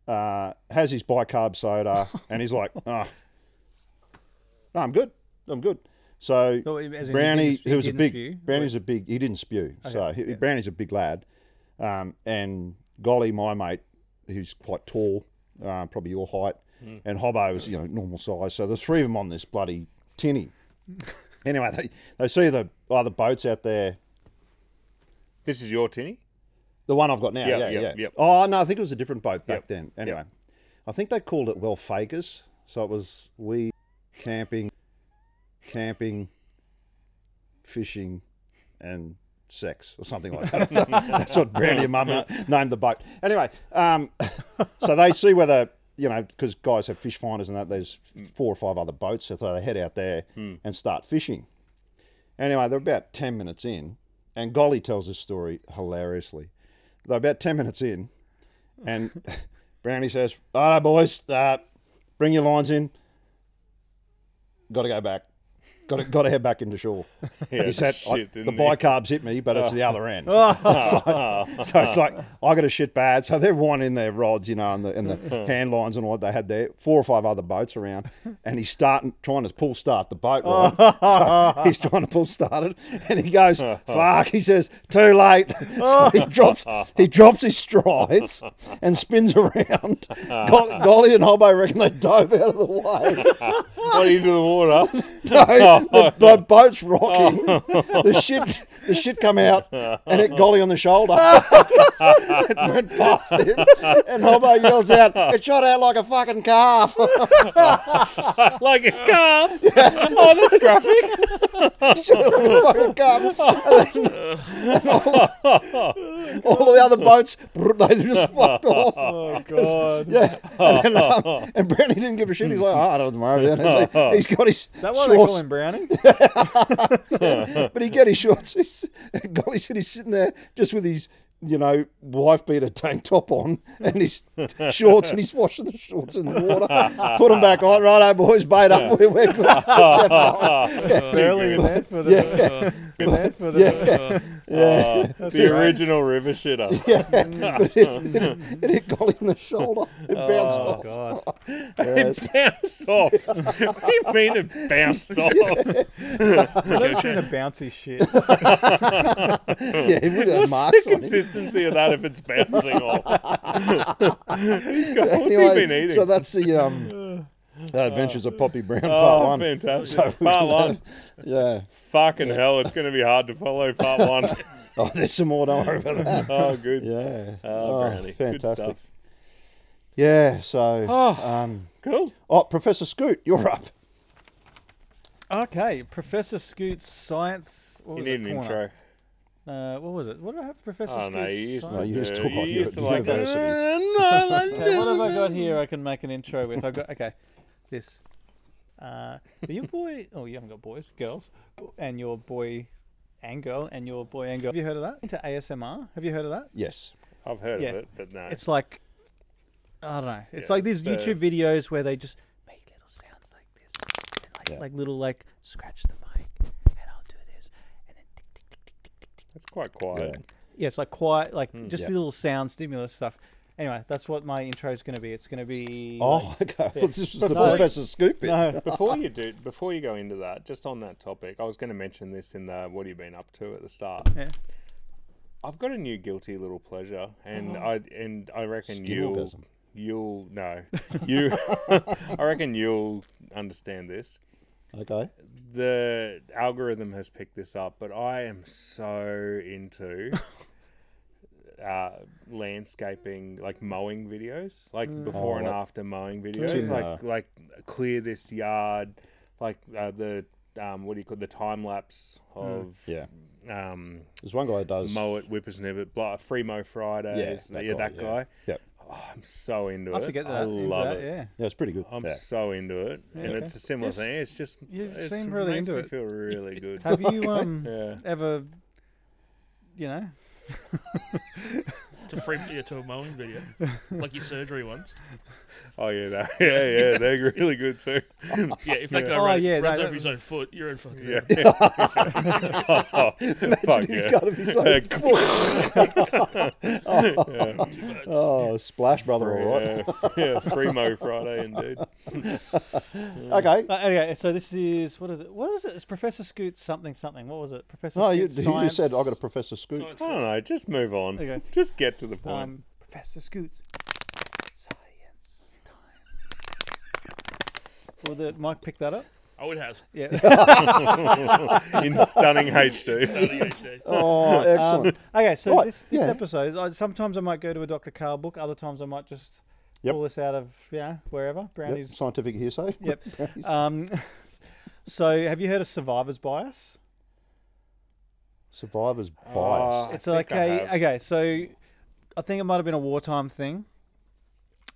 S2: uh, has his bicarb soda, and he's like, oh, no, I'm good. I'm good. So
S1: So, as in he
S2: Brownie,
S1: didn't- he
S2: who was a
S1: didn't
S2: big,
S1: spew?
S2: Brownie's a big, he didn't spew. so he, Brownie's a big lad. Um, and Golly, my mate, who's quite tall, uh, probably your height, and Hobbo is, you know, normal size. So there's three of them on this bloody tinny. Anyway, they, they see the other boats out there.
S3: This is your tinny?
S2: The one I've got now.
S3: Yeah,
S2: yeah,
S3: yeah,
S2: yeah.
S3: yep.
S2: Oh no, I think it was a different boat back
S3: Yep,
S2: then. Anyway, I think they called it Well Fakers. So it was we camping, camping, fishing, and sex or something like that. That's what Brandy and Mum named the boat. Anyway, um, so they see whether you know because guys have fish finders and that. There's four or five other boats, so they head out there
S3: Hmm.
S2: and start fishing. Anyway, they're about 10 minutes in, and Golly tells this story hilariously. They're about 10 minutes in, and Brownie says, All right, boys, uh, bring your lines in. Got to go back. Got to, got to head back into shore.
S3: Yeah,
S2: he said, I-
S3: shit,
S2: The
S3: didn't he? Oh.
S2: bicarbs hit me, but it's the other end. so, so it's like, I got a shit bad. So they're winding their rods, you know, and the, and the hand lines and all that they had there. Four or five other boats around, and he's starting, trying to pull start the boat rod. So he's trying to pull start it, and he goes, "Fuck!" He says, "Too late." So he drops, he drops his strides and spins around. Gol- Golly and Hobbo reckon they dove out of the way.
S3: What into the water?
S2: No, the, the boat's rocking.
S1: Oh.
S2: The shit, the shit come out, and it golly on the shoulder. it went past him, and Hobo yells out, "It shot out like a fucking calf."
S3: like a calf. Oh, that's graphic.
S2: fucking calf. And then- and all, all the other boats, they just fucked off.
S1: Oh god.
S2: Yeah, and, then, um, and Brownie didn't give a shit. He's like, oh, I don't worry about it. He's got his
S1: That why they call
S2: shorts
S1: him Browning?
S2: But he get his shorts. He's, golly said he's sitting there just with his, you know, wife beater tank top on and his shorts, and he's washing the shorts in the water. Put them back on. Righto, boys, bait up. We're, we're good.
S1: Barely
S3: uh,
S1: led for the
S2: Yeah.
S1: led for the
S2: Yeah.
S3: the original river shitter.
S2: But it, it, it hit Golly in the shoulder. It bounced off.
S1: Oh god.
S2: Yes.
S3: Bounced off. what do you mean it bounced off?
S1: I've never seen a bouncy shit.
S2: Yeah, it would have
S3: What's
S2: marks
S3: the
S2: on him.
S3: consistency of that if it's bouncing off? He's got, what's he been
S2: Anyway,
S3: eating?
S2: so that's the um, uh, Adventures of Poppy Brown part
S3: oh,
S2: one.
S3: fantastic.
S2: So we
S3: part
S2: can
S3: one.
S2: have- Yeah.
S3: Fucking hell, it's going to be hard to follow part one.
S2: Oh, there's some more. Don't worry about that.
S3: Oh, good.
S2: Yeah.
S3: Oh, Brownie. Good
S2: fantastic.
S3: stuff.
S2: Yeah, so
S3: Oh.
S2: um,
S3: Cool.
S2: oh, Professor Scoot, you're up.
S1: Okay, Professor Scoot's science. What
S3: You
S1: was
S3: need
S1: it,
S3: an
S1: corner?
S3: intro.
S1: Uh, what was it? What did I have, for Professor
S3: Oh,
S1: Scoot's
S3: no, you used
S1: science?
S3: to,
S2: No, you just
S3: do-
S2: talk like
S3: you
S2: you're
S3: used
S2: at
S3: to like that.
S1: Okay, what have I got here? I can make an intro with. I've got okay, this. Uh, but your boy. Oh, you haven't got boys, girls, and your boy and girl, and your boy and girl. Have you heard of that? Into ASMR. Have you heard of that?
S2: Yes.
S3: I've heard
S1: Yeah.
S3: of it, but no.
S1: It's like I don't know. It's
S3: Yeah,
S1: like these
S3: the-
S1: YouTube videos where they just make little sounds like this, and like,
S2: Yeah.
S1: like little like scratch the mic, and I'll do this, and then tick, tick, tick, tick, tick, tick, tick.
S3: It's quite quiet.
S1: yeah, it's like quiet, like
S2: Hmm,
S1: just
S2: Yeah.
S1: the little sound stimulus stuff. Anyway, that's what my intro is going to be. It's going to be like-
S2: Oh, okay. I thought this was the
S1: No.
S2: Professor Scoot bit.
S1: no,
S3: Before you do, before you go into that, just on that topic, I was going to mention this in the "What have you been up to?" at the start.
S1: Yeah.
S3: I've got a new guilty little pleasure,
S1: Oh.
S3: and I and I reckon you'll
S2: Skinwalkerism.
S3: you'll no you. I reckon you'll understand this.
S2: Okay.
S3: The algorithm has picked this up, but I am so into. Uh, landscaping like mowing videos like
S1: Mm.
S3: before
S2: Oh,
S3: and
S2: like-
S3: after mowing videos like like clear this yard like uh, the um, what do you call the time lapse
S1: Mm.
S3: of
S2: Yeah.
S3: um,
S2: There's one guy who does.
S3: mow it whippersnipper blah, free mow Fridays yeah that, guy,
S2: Yeah.
S3: Oh, I'm so into
S1: I
S3: it
S1: have to get that.
S3: I
S1: into
S3: love
S1: that,
S3: it
S1: Yeah.
S2: Yeah, it's pretty good.
S3: I'm
S2: yeah.
S3: so into it and
S1: okay.
S3: it's a similar
S1: Yes.
S3: thing it's just
S1: You
S3: it's,
S1: seem really
S3: makes
S1: into
S3: me
S1: it.
S3: feel really good
S1: Have you um
S3: yeah
S1: ever, you know,
S4: to free yeah, to a mowing video, like your surgery ones.
S3: oh yeah that, yeah yeah they're really good too
S4: Yeah, if that guy
S1: Oh,
S4: ran,
S1: yeah,
S4: runs
S1: that-
S4: over his own foot, you're in fucking.
S3: yeah
S4: hell.
S3: fuck
S2: You
S3: yeah
S2: gotta be so Oh, Splash Brother, all right.
S3: yeah, yeah, free mo Friday indeed.
S2: Okay.
S1: Uh, okay, so this is what is it? What is it? It's Professor Scoot something something. What was it? Professor
S2: No,
S1: Scoot
S2: Oh, you, you just
S1: Science-
S2: said, i got a Professor Scoot.
S3: I don't know. Just move on.
S1: Okay.
S3: Just get to the point.
S1: um, Professor Scoot's science time. Will the mic pick that up? Um,
S4: Oh, it has.
S1: Yeah.
S3: in stunning HD.
S4: Bloody HD.
S2: Oh,
S3: Um,
S2: excellent.
S1: okay, so
S2: Right,
S1: this, this
S2: yeah.
S1: episode, I, sometimes I might go to a Dr. Carl book. Other times I might just
S2: Yep.
S1: pull this out of, yeah, wherever.
S2: Yep,
S1: Brownies.
S2: Scientific hearsay.
S1: Yep. Um, so have you heard of survivor's bias?
S2: Survivor's
S3: Oh,
S2: bias.
S3: I
S1: It's
S3: think
S1: like
S3: I
S1: a,
S3: have.
S1: okay, so I think it might have been a wartime thing.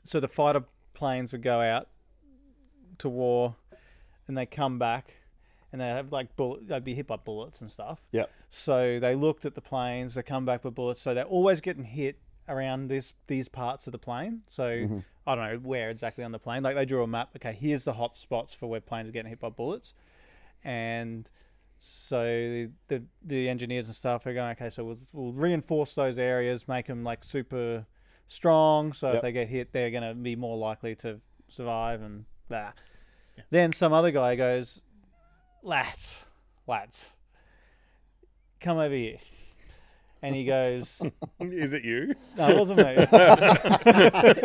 S1: So the fighter planes would go out to war and they come back and they have like bullet, they'd be hit by bullets and stuff.
S2: Yep.
S1: So they looked at the planes, they come back with bullets. So they're always getting hit around this these parts of the plane. So I don't know where exactly on the plane. Like they drew a map. Okay, here's the hot spots for where planes are getting hit by bullets. And so the the, the engineers and stuff are going, okay, so we'll, we'll reinforce those areas, make them like super strong. So
S2: Yep.
S1: if they get hit, they're going to be more likely to survive and that. Then some other guy goes, lads, lads, come over here. And he goes,
S3: Is it you?
S1: no, it wasn't me.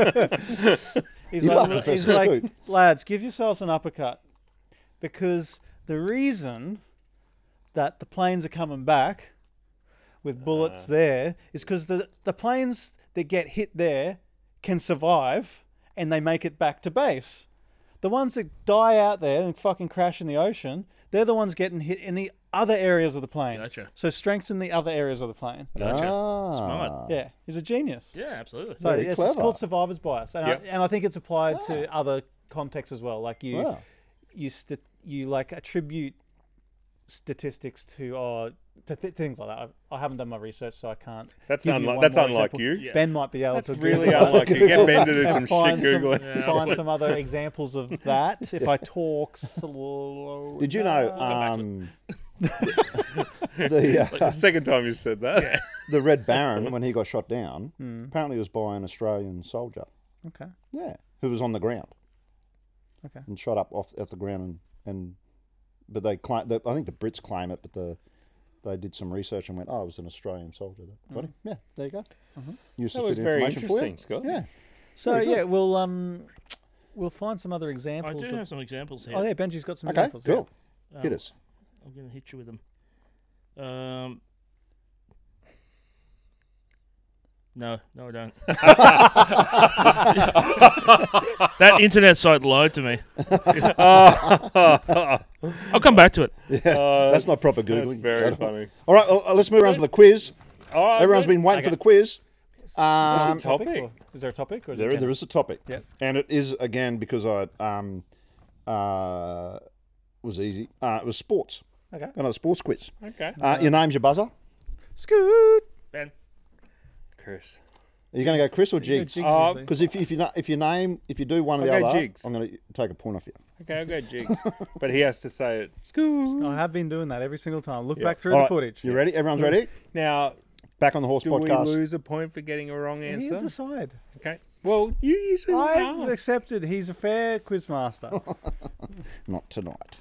S1: he's,
S2: You are
S1: like, he's
S2: Professor
S1: like,
S2: Scoot.
S1: lads, give yourselves an uppercut. Because the reason that the planes are coming back with bullets there is because the, the planes that get hit there can survive and they make it back to base. The ones that die out there and fucking crash in the ocean, they're the ones getting hit in the other areas of the plane.
S4: Gotcha.
S1: So strengthen the other areas of the plane.
S4: Gotcha.
S2: Ah.
S4: Smart.
S1: Yeah, he's a genius.
S4: Yeah, absolutely.
S1: So
S2: Very
S1: yes, it's
S2: clever. Ah.
S1: called survivor's bias, and,
S3: Yep.
S1: I, and I think it's applied to other contexts as well. Like you,
S2: Wow.
S1: you st- you like attribute statistics to or to th- things like that. I, I haven't done my research, so I can't.
S3: That's
S1: give you
S3: unlike
S1: one
S3: that's
S1: more
S3: unlike
S1: example.
S3: you.
S4: Yeah.
S1: Ben might be able
S3: That's
S1: to
S3: really
S1: Google it
S3: unlike you. Get Ben to do some
S1: and
S3: shit
S1: find
S3: googling.
S1: some, find some other examples of that. If I talk slow,
S2: Did you know um, the uh,
S3: Second time you've said that.
S2: the Red Baron when he got shot down?
S1: Hmm.
S2: Apparently, was by an Australian soldier.
S1: Okay.
S2: Yeah, who was on the ground.
S1: Okay.
S2: And shot up off off the ground and, and but they claim the, I think the Brits claim it, but the they did some research and went, oh, it was an Australian soldier that
S1: Mm.
S2: got him. Yeah, there you go.
S1: Mm-hmm.
S2: Useless
S3: That was
S2: bit of
S3: very
S2: information for you.
S3: interesting, Scott.
S2: Yeah.
S1: So yeah, we'll um, we'll find some other
S4: I
S1: examples.
S4: do
S1: of-
S4: have some examples here.
S1: oh yeah, Benji's got some
S2: Okay.
S1: examples. yeah.
S2: Cool. Hit
S4: Um,
S2: us.
S4: I'm gonna hit you with them. Um. No, no, I don't. that internet site lied to me. I'll come back to it.
S2: That's not proper
S3: uh, That's
S2: googling.
S3: very
S2: That'll-
S3: funny.
S2: All right, well, let's move on to the quiz.
S3: All right,
S2: Everyone's been waiting for the quiz. Um,
S3: What's the topic?
S1: or- Is there a topic? Or is it
S2: There,
S1: general?
S2: there is a topic,
S1: Yep.
S2: and it is again because I um, uh, was easy. Uh, it was sports.
S1: Okay.
S2: Another sports quiz.
S3: Okay.
S2: Uh, your name's your buzzer. Are
S1: Scoot.
S4: Ben,
S3: Chris.
S2: you going to go Chris or Jigs?
S1: Jigs
S3: Uh,
S1: usually.
S2: Because if if you na- if you name if you do one or
S3: I'll
S2: the
S3: go
S2: other,
S3: Jigs.
S2: I'm going to take a point off you.
S3: Okay, I'll go Jigs. but he has to say it. Scoo.
S1: I have been doing that every single time. Look back through
S2: All
S1: the
S2: right,
S1: footage.
S2: You ready? Everyone's ready.
S3: Now,
S2: Back on the horse
S3: do
S2: podcast.
S3: we lose a point for getting a wrong
S1: He'll
S3: answer?
S1: decide.
S3: Okay. Well, you usually
S1: I've
S3: ask.
S1: accepted. He's a fair quiz master.
S2: Not tonight.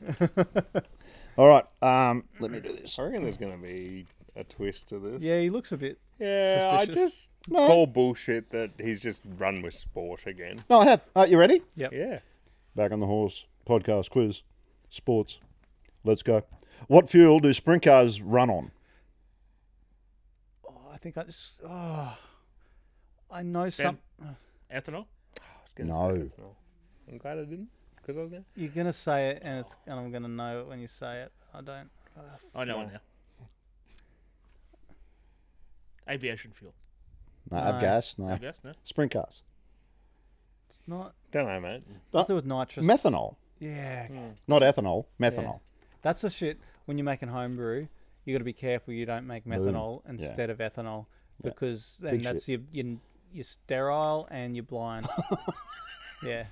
S2: All right. Um, let me do this.
S3: I reckon there's going to be a twist to this.
S1: yeah, he looks a bit.
S3: Yeah, I
S1: Suspicious.
S3: just call bullshit that he's just run with sport again.
S2: No, I have. All right, you ready?
S3: Yeah.
S2: Back on the horse podcast quiz. Sports. Let's go. What fuel do sprint cars run on?
S1: Oh, I think I just. Oh, I know some.
S4: ethanol.
S3: I was gonna
S2: No.
S3: Say ethanol. I'm glad I didn't because I was going
S1: You're gonna say it, and it's and I'm gonna know it when you say it. I don't. oh, f-
S4: I know one now. Aviation fuel.
S2: No, I've
S1: No.
S2: gas. No.
S4: I guess no.
S2: Sprint cars.
S1: It's not.
S3: Don't know, mate.
S1: I thought it was nitrous.
S2: Uh, Methanol.
S1: Yeah,
S2: Not ethanol. Methanol.
S1: that's the shit. When you're making homebrew, you got to be careful you don't make methanol instead of ethanol because then
S2: Big
S1: that's your, your you're sterile and you're blind. yeah.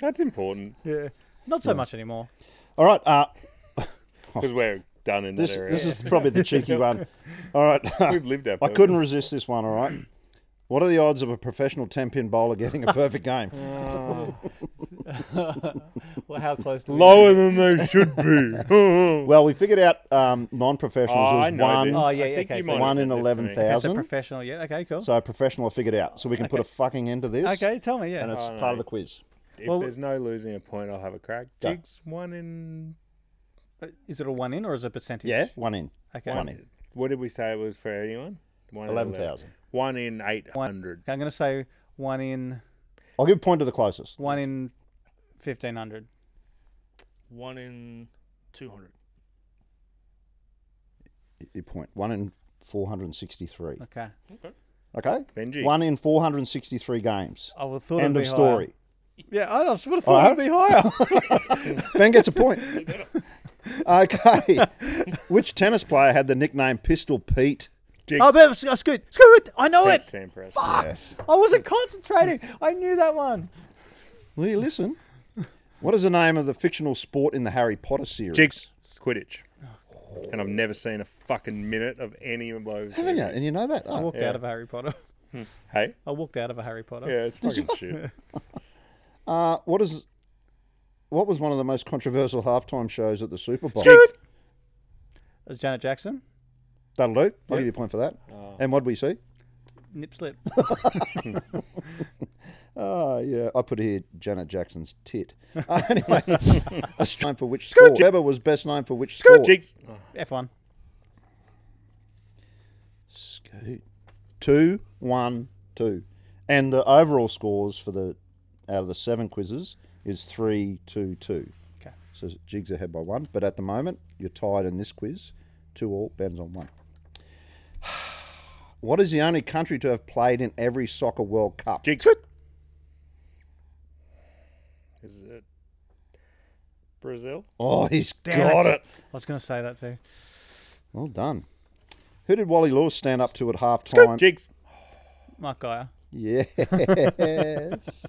S3: That's important
S1: Yeah. Not so much anymore.
S2: All right. Uh,
S3: because we're done in
S2: this
S3: that area.
S2: this is probably the cheeky one. All right.
S3: We've lived our
S2: I
S3: purpose.
S2: couldn't resist this one. All right. What are the odds of a professional ten pin bowler getting a perfect game?
S1: Well, how close do we
S3: Lower than they should be.
S2: well, we figured out um, non-professionals
S3: Oh, I
S2: was
S3: know
S2: one,
S3: this.
S1: Oh, yeah,
S3: I
S1: yeah,
S3: think
S1: okay,
S3: you
S1: so
S3: might have
S2: one
S3: said
S2: in
S3: this to me.
S2: eleven
S1: That's a
S2: thousand.
S1: professional. Yeah. Okay, cool.
S2: So a professional I figured out. So we can put a fucking end to this.
S1: okay, tell me. Yeah.
S2: And it's
S3: no.
S2: part of the quiz.
S3: If
S1: Well-
S3: there's no losing a point, I'll have a crack.
S2: Go.
S3: Jigs one in.
S1: Uh, Is it a one in or is it a percentage?
S2: Yeah, one in.
S1: Okay.
S2: One in.
S3: What did we say it was for anyone? One in
S2: 11,000.
S3: 11. One in eight hundred.
S1: Okay, I'm going to say one in
S2: I'll give point to the closest.
S1: one in fifteen hundred.
S4: One in two hundred.
S2: Your point. One in 463.
S1: Okay.
S2: Okay?
S3: Benji.
S2: One in 463 games.
S1: I would have thought.
S2: End
S1: it'd
S2: of
S1: be
S2: story.
S1: Higher. Yeah, I just would have thought it'd be higher.
S2: Ben gets a point. okay. Which tennis player had the nickname Pistol Pete?
S3: Jigs.
S1: oh, but Scoot, Scoot, Scoot, I know
S3: Pete
S1: it.
S3: Sampras.
S2: Yes.
S1: I wasn't concentrating. I knew that one.
S2: Will you listen? What is the name of the fictional sport in the Harry Potter series?
S3: Jigs. Quidditch. And I've never seen a fucking minute of any of those.
S2: Oh. Haven't you? And you know that? Oh.
S1: I walked out of a Harry Potter.
S3: Hey.
S1: I walked out of a Harry Potter.
S3: Yeah, it's fucking shit.
S2: Uh, what is? What was one of the most controversial halftime shows at the Super Bowl?
S3: Jigs.
S1: It was Janet Jackson.
S2: That'll do. I'll give you a point for that. And what did we see?
S1: Nip slip.
S2: Oh, yeah. I put here Janet Jackson's tit. Uh, anyway, that's time for which sport. Weber was best known for which sport?
S3: Jigs. Oh,
S1: F1.
S2: Scoot. Two, one, two. And the overall scores for the out of the seven quizzes is three, two, two.
S1: Okay.
S2: So Jigs ahead by one, but at the moment you're tied in this quiz. Two all, Ben's on one. What is the only country to have played in every soccer World Cup?
S3: Jigs. Is it Brazil?
S2: Oh, he's
S1: Damn
S2: got it.
S1: I was going to say that too.
S2: Well done. Who did Wally Law stand up to at half time?
S3: Jigs.
S1: Mark Geyer.
S2: Yes.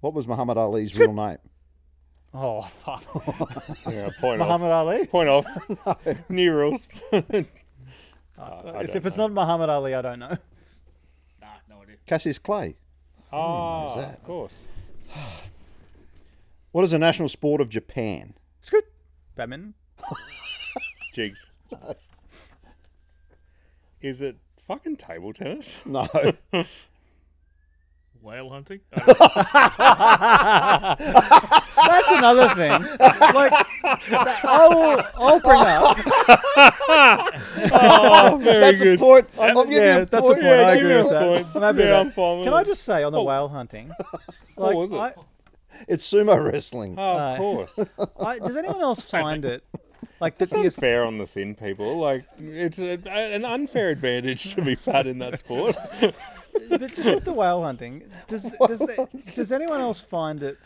S2: what was Muhammad Ali's real name?
S1: Oh fuck.
S3: Yeah, point off.
S1: Muhammad Ali.
S3: Point off. New rules. I
S1: It's-
S3: don't
S1: Uh, if it's not Muhammad Ali, I don't know.
S4: Nah, no idea.
S2: Cassius Clay.
S3: Ah, of course.
S2: What is the national sport of Japan?
S1: Scoot. Badminton.
S3: Jigs. Is it fucking table tennis?
S2: No.
S4: Whale hunting. Oh, I don't know.
S1: That's another thing. Like, I'll, I'll bring up.
S3: Oh, very
S2: that's
S3: good.
S2: a point. I'll give you a
S1: that's a
S2: point.
S1: point. I
S3: Yeah, give me
S1: agree
S3: a
S1: with that.
S3: point.
S1: I'm happy with
S3: Yeah,
S1: that.
S3: I'm fine with
S1: Can I
S3: it.
S1: just say on the whale hunting? Like,
S3: Oh. What was it?
S1: I-
S2: It's sumo wrestling.
S3: Oh, of course.
S1: I, does anyone else find it like the
S3: It's
S1: biggest?
S3: unfair on the thin people. Like it's a, an unfair advantage to be fat in that sport.
S1: the- just with the whale hunting, does does does anyone else find it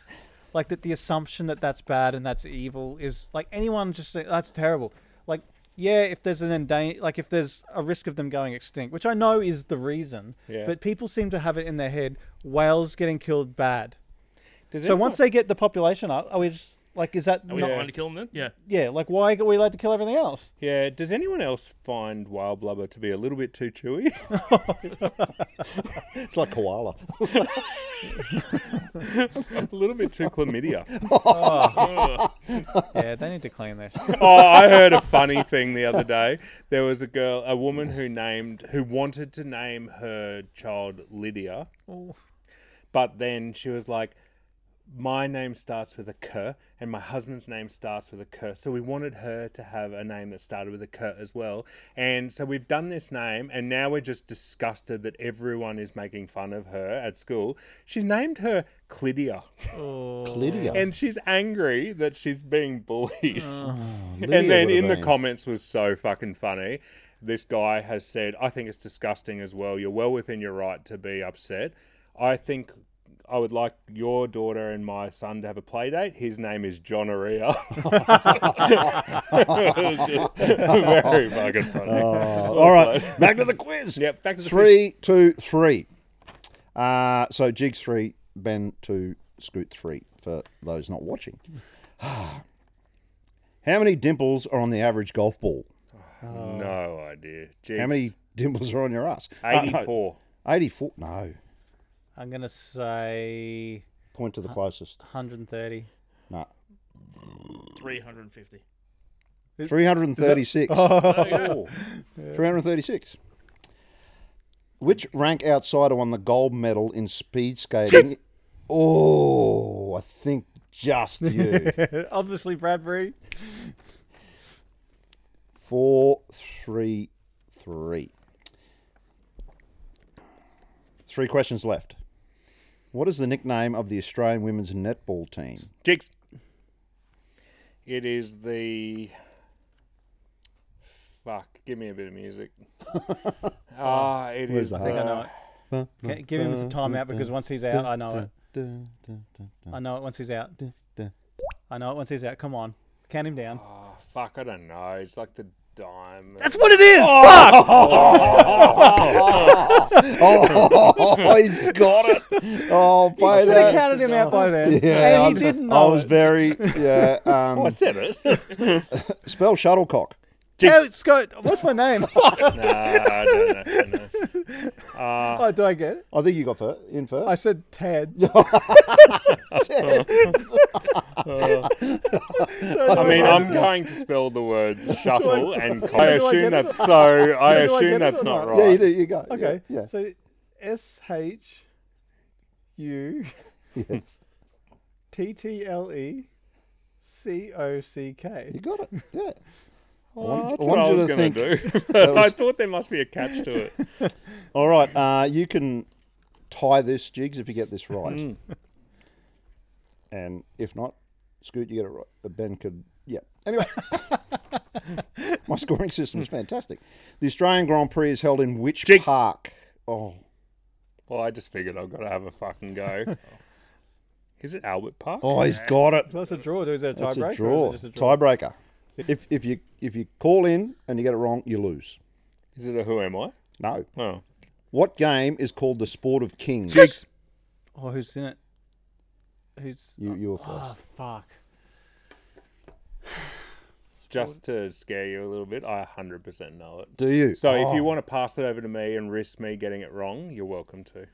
S1: like that? The assumption that that's bad and that's evil is like anyone just say, that's terrible. Like yeah, if there's an endanger, like if there's a risk of them going extinct, which I know is the reason,
S3: Yeah.
S1: but people seem to have it in their head: whales getting killed bad.
S3: Does
S1: So
S3: anyone-
S1: once they get the population up, are we just like is that
S4: Are we
S1: not-
S4: fine to kill them then? Yeah.
S1: yeah? Like why are we allowed to kill everything else?
S3: yeah, does anyone else find whale blubber to be a little bit too chewy?
S2: It's like koala.
S3: a little bit too chlamydia?
S1: yeah, they need to clean this.
S3: oh, I heard a funny thing the other day. There was a girl, a woman who named, who wanted to name her child Lydia, but then she was like, "My name starts with a K, and my husband's name starts with a K, so we wanted her to have a name that started with a K as well." And so we've done this name, and now we're just disgusted that everyone is making fun of her at school. She's named her Clidia
S1: Oh,
S2: Lydia.
S3: and she's angry that she's being bullied.
S2: Lydia
S3: and then
S2: Oh, would've
S3: in the
S2: been.
S3: comments was so fucking funny. This guy has said, I think it's disgusting as well. You're well within your right to be upset. I think I would like your daughter and my son to have a play date. His name is John Aria. Very fucking funny.
S2: All right, back to the quiz.
S3: Yep, back to the
S2: Oh. three, two, three. Uh, so jigs three, Ben two, Scoot three. For those not watching, how many dimples are on the average golf ball?
S3: No idea. Jeez.
S2: How many dimples are on your ass? Uh, no,
S3: 84.
S2: Eighty-four. No.
S1: I'm gonna say
S2: Point to the closest.
S1: 130.
S2: No.
S4: Three hundred and fifty.
S2: Three hundred and thirty-six.
S3: Oh.
S2: 336. Which rank outsider won the gold medal in speed skating Oh, I think just you.
S1: Obviously, Bradbury.
S2: Four, three, three. Three questions left. What is the nickname of the Australian women's netball team?
S3: Jigs. It is the. Fuck! Give me a bit of music. Ah, it
S2: Where's
S3: is.
S2: the
S1: I think I know
S3: The,
S1: it. Okay, give him some time out because once he's out, I know it. I know it once he's out. I know it once he's out. Come on. Count him down.
S3: oh, fuck! I don't know. It's like the dime.
S1: what it is!
S2: Oh, he's got it. Oh, play
S1: Should have
S2: that.
S1: counted him out by then.
S2: Yeah,
S1: and he
S2: I'm-
S1: didn't
S2: I
S1: know.
S2: was very yeah. Um,
S3: I said it.
S2: spell shuttlecock.
S1: Alex Scott, what's my name?
S3: nah, I don't know. I don't know.
S2: Ah.
S1: oh, did I get it?
S2: I think you got fir- in first.
S1: I said Ted.
S3: I mean, I'm going to spell the words shuffle and cock. I
S1: do I
S3: assume
S1: get it?
S3: that's so. I
S1: do I get it
S3: assume that's
S1: or
S3: not
S1: not?
S2: yeah, you
S3: right.
S2: do. You go.
S1: Okay.
S2: Yeah.
S1: So S H U
S2: yeah. Yes.
S1: T T L E C O C K.
S2: You got it. Yeah.
S3: Well, that's
S2: I
S3: what I
S2: wanted
S3: was
S2: you to
S3: going to do. I thought there must be a catch to it.
S2: All right. Uh, you can tie this jigs if you get this right,
S3: Hmm.
S2: and if not, Scoot, you get it right. But Ben could. Yeah. Anyway, my scoring system is fantastic. The Australian Grand Prix is held in which
S3: Jigs.
S2: park? Oh,
S3: Well, I just figured I've got to have a fucking go. Is it Albert Park?
S2: oh, he's got it.
S1: So that's a draw. Is that a
S2: That's
S1: tiebreaker?
S2: a draw.
S1: Or is it just a draw?
S2: Tiebreaker. If if you if you call in and you get it wrong, you lose.
S3: Is it a Who Am I?
S2: No.
S3: Oh.
S2: What game is called the sport of kings?
S3: Jigs.
S1: oh, who's in it? Who's.
S2: You you were first.
S1: Oh, fuck.
S3: Just to scare you a little bit, I 100% know it.
S2: Do you?
S3: So
S1: Oh.
S3: if you want to pass it over to me and risk me getting it wrong, you're welcome to.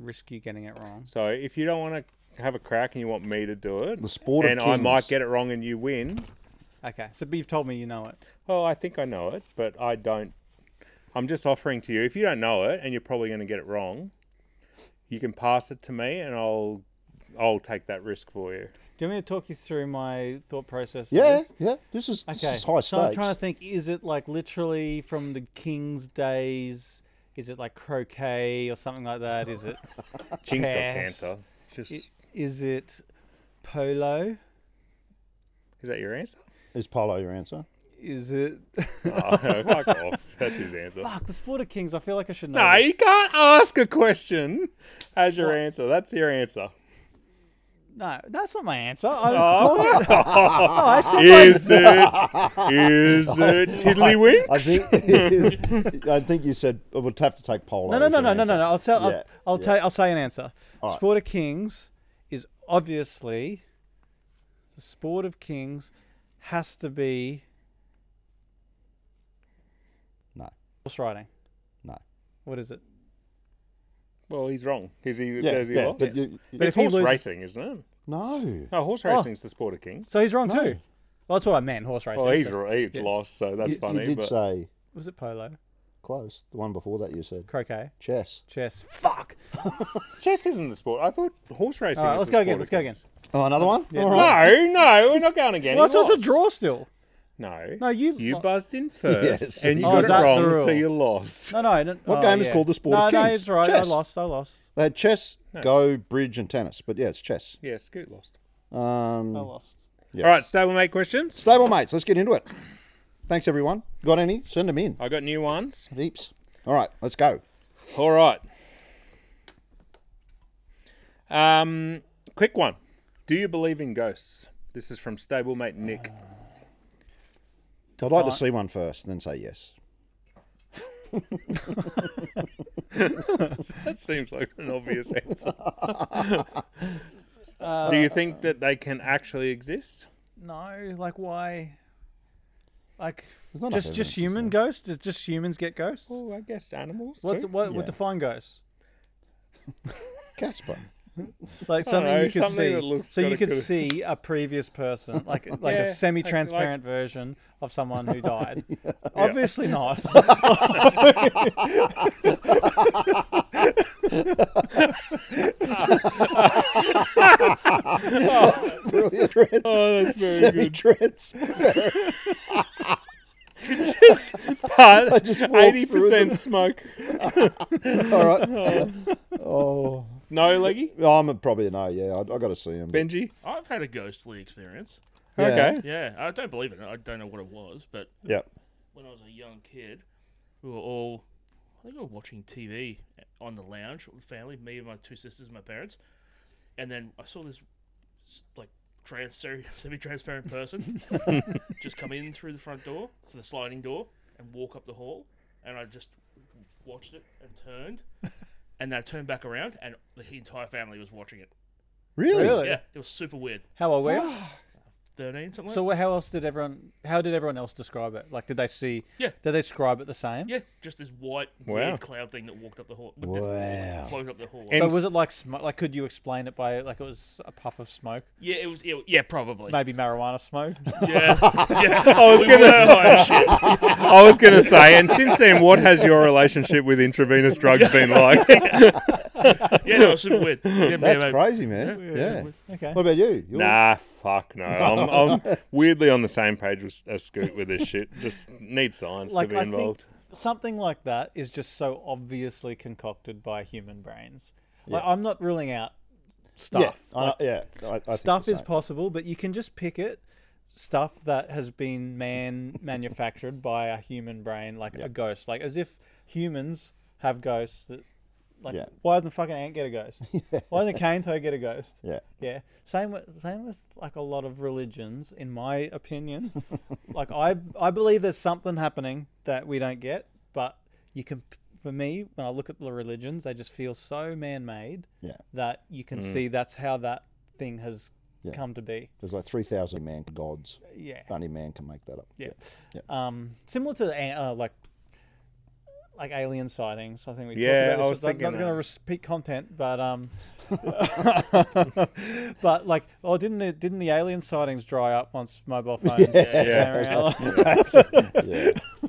S1: Risk you getting it wrong.
S3: So if you don't want to have a crack and you want me to do it,
S2: The sport of
S3: and I might
S2: kings.
S3: get it wrong and you win,
S1: Okay. So but you've told me you know it.
S3: well, I think I know it, but I don't. I'm just offering to you. If you don't know it and you're probably going to get it wrong, you can pass it to me and I'll I'll take that risk for you.
S1: Do you want me to talk you through my thought process? of
S2: yeah
S1: this?
S2: yeah. This is this
S1: Okay.
S2: is high stakes.
S1: so I'm trying to think is it like literally from the king's days? Is it like croquet or something like that? Is it.
S3: Ching's got
S1: Chess.
S3: cancer. Just
S1: i- Is it polo?
S3: is that your answer?
S2: Is Polo your answer?
S1: Is it
S3: Oh, fuck off. That's his answer.
S1: fuck the sport of kings? I feel like I should know.
S3: No,
S1: this.
S3: you can't ask a question as your answer. That's your answer.
S1: no, that's not my answer. I Ah. Oh
S3: Is it? Is it tiddlywink?
S2: I think it is, I think you said I would have to take Polo.
S1: no, no,
S2: as
S1: no,
S2: your
S1: no, no, no,
S2: answer.
S1: no. I'll tell.
S2: Yeah,
S1: I'll, I'll
S2: yeah.
S1: tell. I'll say an answer.
S2: All right.
S1: Sport of kings is obviously the sport of kings has to be
S2: No,
S1: horse riding.
S2: no.
S1: What is it?
S3: Well, he's wrong. Is he?
S2: Yeah,
S3: has he
S2: yeah,
S3: lost?
S2: but you- you-
S1: But
S3: It's
S1: if he
S3: horse
S1: loses- Ah.
S3: racing, isn't it?
S2: no.
S3: No, horse racing's the sport of kings.
S1: So he's wrong too. Well, that's what I meant. Horse racing.
S3: Well, he's
S1: so-
S3: right. He's lost, so that's
S2: You, you
S3: funny.
S2: did
S3: but
S2: say
S1: Was it polo?
S2: close. The one before that you said
S1: Croquet.
S2: chess.
S1: Chess. Fuck.
S3: chess isn't the sport. I thought horse racing.
S1: All right,
S3: is
S1: let's
S3: the
S1: go
S3: sport
S1: again.
S3: of
S1: Let's go again.
S3: kings.
S2: Oh, another one.
S1: Yeah,
S2: All right.
S3: No, no, we're not going again.
S1: Well,
S3: He
S1: that's also a
S3: lost.
S1: draw still.
S3: No,
S1: No, you.
S3: You
S1: oh,
S3: buzzed in first,
S2: Yes.
S3: and you
S1: Oh,
S3: got
S1: is
S3: it
S1: that the
S3: wrong, so
S1: rule?
S3: you lost.
S1: No, no. no
S2: What
S1: oh,
S2: game is
S1: yeah.
S2: called the sport
S1: no,
S2: of
S1: No,
S2: kings?
S1: it's right.
S2: Chess.
S1: I lost. I lost.
S2: They had Uh, chess,
S3: Nice.
S2: go, bridge, and tennis. But yeah, it's chess.
S3: Yeah, Scoot lost.
S2: Um,
S1: I lost.
S2: Yeah.
S3: All right, stablemate questions.
S2: Stable mates, let's get into it. Thanks, everyone. Got any? Send them in.
S3: I got new ones.
S2: Heaps. All right, let's go.
S3: All right. Um, quick one. Do you believe in ghosts? This is from stablemate Nick.
S2: I'd like to see one first, and then say yes.
S3: That seems like an obvious answer. Do you think that they can actually exist?
S1: No, like why? Like
S2: There's not enough
S1: just
S2: evidence,
S1: just
S2: is
S1: human ghosts? Does just humans get ghosts?
S3: Well, I guess animals.
S1: What's
S3: too.
S1: what
S2: Yeah.
S1: would define ghosts?
S2: Casper.
S1: like something
S3: know,
S1: you could
S3: something
S1: see.
S3: that looks
S1: so you
S3: kinda
S1: could
S3: cool.
S1: see a previous person, like like
S3: Yeah,
S1: a
S3: like-
S1: semi-transparent version of someone who died. Obviously not.
S2: Brilliant, Trent.
S3: Oh, that's very
S2: Semi
S3: good.
S2: Trent's.
S3: But
S2: just walked through
S3: eighty percent smoke.
S2: All right. Oh.
S3: No, leggy
S2: I'm a, probably a no, yeah. I, I got to see him. but-
S3: Benji.
S4: I've had a ghostly experience.
S2: Yeah.
S3: Okay.
S4: Yeah, I don't believe in it. I don't know what it was, but
S2: Yep.
S4: when I was a young kid, we were all, I think we were watching TV on the lounge with the family, me and my two sisters and my parents. And then I saw this, s- like, trans, semi transparent person just come in through the front door, so the sliding door, and walk up the hall. And I just watched it and turned. And then I turned back around, and the entire family was watching it.
S2: Really?
S1: really?
S4: Yeah, it was super weird.
S1: How aware?
S4: 13, something like
S1: So wh- how else did everyone? How did everyone else describe it? Like, did they see?
S4: Yeah.
S1: Did they describe it the same?
S4: Yeah, just this white
S3: Wow.
S4: weird cloud thing that walked up the hall. that
S2: Wow.
S4: Floated up the hall.
S1: So
S3: And
S1: was it like smoke? Like, could you explain it by like it was a puff of smoke,
S4: Yeah, it was. It, yeah, probably.
S1: maybe marijuana smoke?
S4: Yeah, yeah.
S3: I was
S4: We
S3: gonna-
S4: were high as shit.
S3: I was going to say, and since then, what has your relationship with intravenous drugs been like?
S4: Yeah, no, it was super weird. Yeah,
S2: That's
S4: yeah, mate.
S2: crazy, man. Yeah.
S1: Okay.
S2: What about you? You're-
S3: nah, fuck no. I'm, I'm weirdly on the same page with as Scoot with this shit. Just need science
S1: Like
S3: to be
S1: I
S3: involved.
S1: think something like that is just so obviously concocted by human brains. Like, I'm not ruling out
S2: Yeah.
S1: stuff.
S2: I, yeah. I, I think
S1: stuff
S2: the
S1: is
S2: same.
S1: possible, but you can just pick it. Stuff that has been man manufactured by a human brain, like a ghost, like as if humans have ghosts. That, like,
S2: Yeah.
S1: why doesn't fucking ant get a ghost? Why doesn't a cane toad get a ghost?
S2: Yeah.
S1: Yeah. Same with same with like a lot of religions, in my opinion. like I I believe there's something happening that we don't get, but you can. For me, when I look at the religions, they just feel so man-made
S2: Yeah.
S1: that you can see that's how that thing has
S2: Yeah.
S1: come to be.
S2: There's like 3,000 man gods.
S1: Yeah.
S2: Only man can make that up.
S1: Yeah. Um, similar to uh, uh, like like alien sightings. I think we
S3: Yeah,
S1: talked about this.
S3: I was
S1: I'm
S3: thinking
S1: not
S3: that.
S1: going to repeat content, but um, but like, oh, didn't the didn't the alien sightings dry up once mobile phones? Yeah.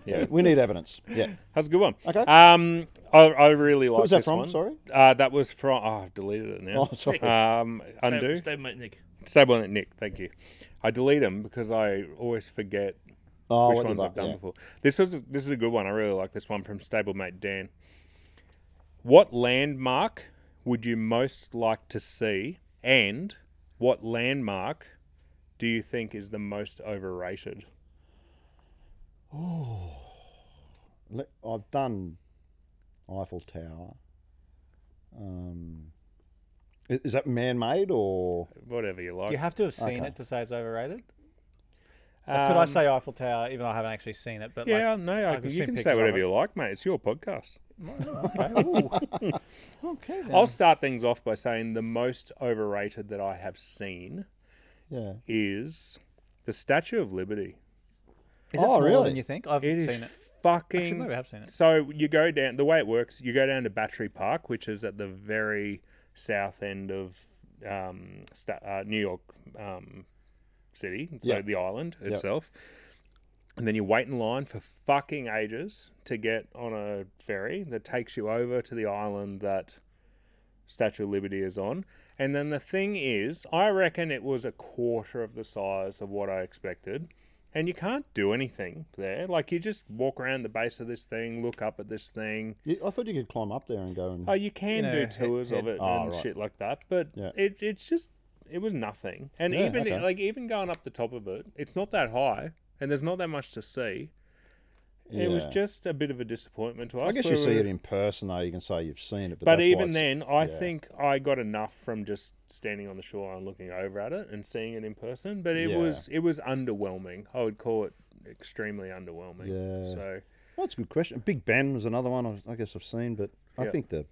S2: Yeah.
S3: Yeah.
S2: We need evidence. Yeah.
S3: That's a good one.
S2: Okay.
S3: Um, I, I really like
S2: was that
S3: this
S2: from?
S3: one.
S2: Sorry?
S3: Uh, that was from. Oh, I've deleted it now.
S2: Oh, sorry.
S3: Um, undo.
S4: Stay, stay, mate, Nick.
S3: Stable on it, Nick. Thank you. I delete them because I always forget
S2: Oh,
S3: which
S2: what
S3: ones
S2: you've
S3: I've done
S2: yeah.
S3: before. This was this is a good one. I really like this one from stablemate Dan. What landmark would you most like to see, and what landmark do you think is the most overrated?
S2: Le- I've done Eiffel Tower. Um, i- is that man-made or
S3: Whatever you like.
S1: You have to have seen
S2: Okay.
S1: it to say it's overrated. Or could I
S3: Um,
S1: say Eiffel Tower, even though I haven't actually seen it? But
S3: Yeah, no, I,
S1: I've
S3: you
S1: seen
S3: can
S1: pictures
S3: say
S1: of
S3: whatever
S1: it.
S3: you like, mate. It's your podcast.
S1: like, okay, ooh. okay then.
S3: I'll start things off by saying the most overrated that I have seen
S2: yeah?
S3: is the Statue of Liberty.
S1: Is it
S2: Oh,
S1: smaller
S2: really?
S1: than you think? I've
S3: It
S1: not
S3: is
S1: seen it.
S3: fucking.
S1: Actually, maybe I have seen it.
S3: So you go down. The way it works, you go down to Battery Park, which is at the very south end of um, sta- uh, New York um, City, so
S2: Yeah.
S3: the island itself. And then you wait in line for fucking ages to get on a ferry that takes you over to the island that Statue of Liberty is on. And then the thing is, I reckon it was a quarter of the size of what I expected. And you can't do anything there. Like, you just walk around the base of this thing, look up at this thing.
S2: You- I thought you could climb up there and go and
S3: Oh, you can
S1: You know,
S3: do
S1: head-
S3: tours of
S1: head-
S3: it
S2: Oh,
S3: and
S2: right.
S3: shit like that, but
S2: Yeah.
S3: it, it's just it was nothing. And
S2: Yeah,
S3: even
S2: okay.
S3: like even going up the top of it, it's not that high, and there's not that much to see. It was
S2: Yeah.
S3: just a bit of a disappointment to us.
S2: I guess
S3: We
S2: you
S3: were-
S2: see it in person, though. You can say you've seen it,
S3: but
S2: but, that's why
S3: even
S2: it's-
S3: then, I
S2: yeah.
S3: think I got enough from just standing on the shore and looking over at it and seeing it in person. But it
S2: Yeah.
S3: was it was underwhelming. I would call it extremely underwhelming.
S2: Yeah.
S3: So
S2: Well, that's a good question. Big Ben was another one I- I guess I've seen, but I
S3: Yeah.
S2: think the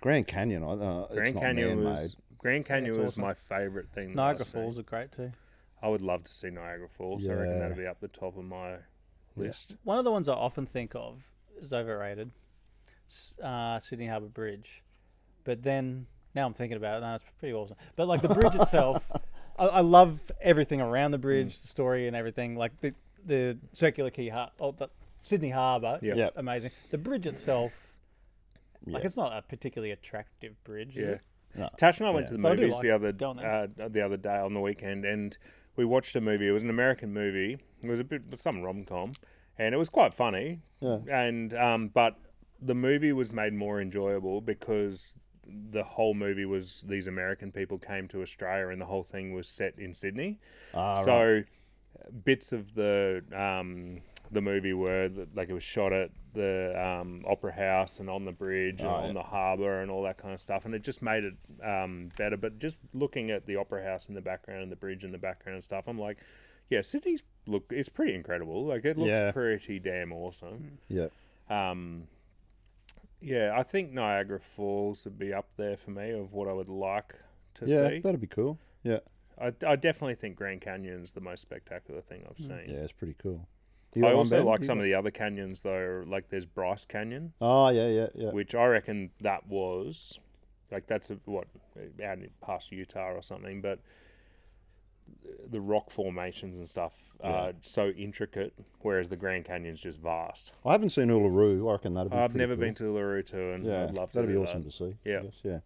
S2: Grand Canyon. I- Uh, it's
S3: Grand
S2: not
S3: Canyon
S2: man-made.
S3: was Grand Canyon was
S1: awesome.
S3: my favorite thing. that
S1: Niagara
S3: I've seen.
S1: Falls are great too.
S3: I would love to see Niagara Falls. I reckon
S2: Yeah.
S3: that'd be up the top of my list.
S1: One of the ones I often think of is overrated, S- uh, Sydney Harbour Bridge. But then Now I'm thinking about it. No, it's pretty awesome. But like the bridge itself, I, I love everything around
S3: Mm.
S1: the bridge, the story and everything. Like the the circular key har oh, the Sydney Harbour,
S3: Yeah.
S1: is
S2: Yep.
S1: amazing. The bridge itself, like
S2: Yeah.
S1: it's not a particularly attractive bridge. Is
S3: Yeah.
S1: it?
S3: Tash and I went to the
S1: But I do
S3: movies
S1: like
S3: the other
S1: going
S3: uh,
S1: there.
S3: the other day on the weekend, and we watched a movie. It was an American movie. It was a bit some rom com, and it was quite funny.
S2: Yeah.
S3: And um, but the movie was made more enjoyable because the whole movie was these American people came to Australia, and the whole thing was set in Sydney. so bits of the um, the movie were that, like it was shot at the um, opera house and on the bridge
S2: Oh,
S3: and on the harbour and all that kind of stuff, and it just made it um, better. But just looking at the opera house in the background and the bridge in the background and stuff, I'm like, yeah, Sydney's look it's pretty incredible. Like it looks
S2: Yeah.
S3: pretty damn awesome.
S2: Yeah.
S3: Um, yeah, I think Niagara Falls would be up there for me of what I would like to
S2: Yeah,
S3: see.
S2: that'd be cool. Yeah.
S3: I, I definitely think Grand Canyon's the most spectacular thing I've seen.
S2: Mm. Yeah, it's pretty cool.
S3: I also like some of the other canyons though. Like there's Bryce Canyon,
S2: Oh yeah, yeah, yeah.
S3: which I reckon that was like that's a, what out in- past Utah or something. But the rock formations and stuff are so intricate, whereas the Grand Canyon's just vast.
S2: I haven't seen Uluru. I reckon that'd be.
S3: I've
S2: pretty
S3: never
S2: cool.
S3: been to Larue too, and
S2: Yeah,
S3: I'd love to.
S2: that'd be
S3: do
S2: awesome
S3: that.
S2: to see.
S3: Yeah.
S2: Yes, yeah.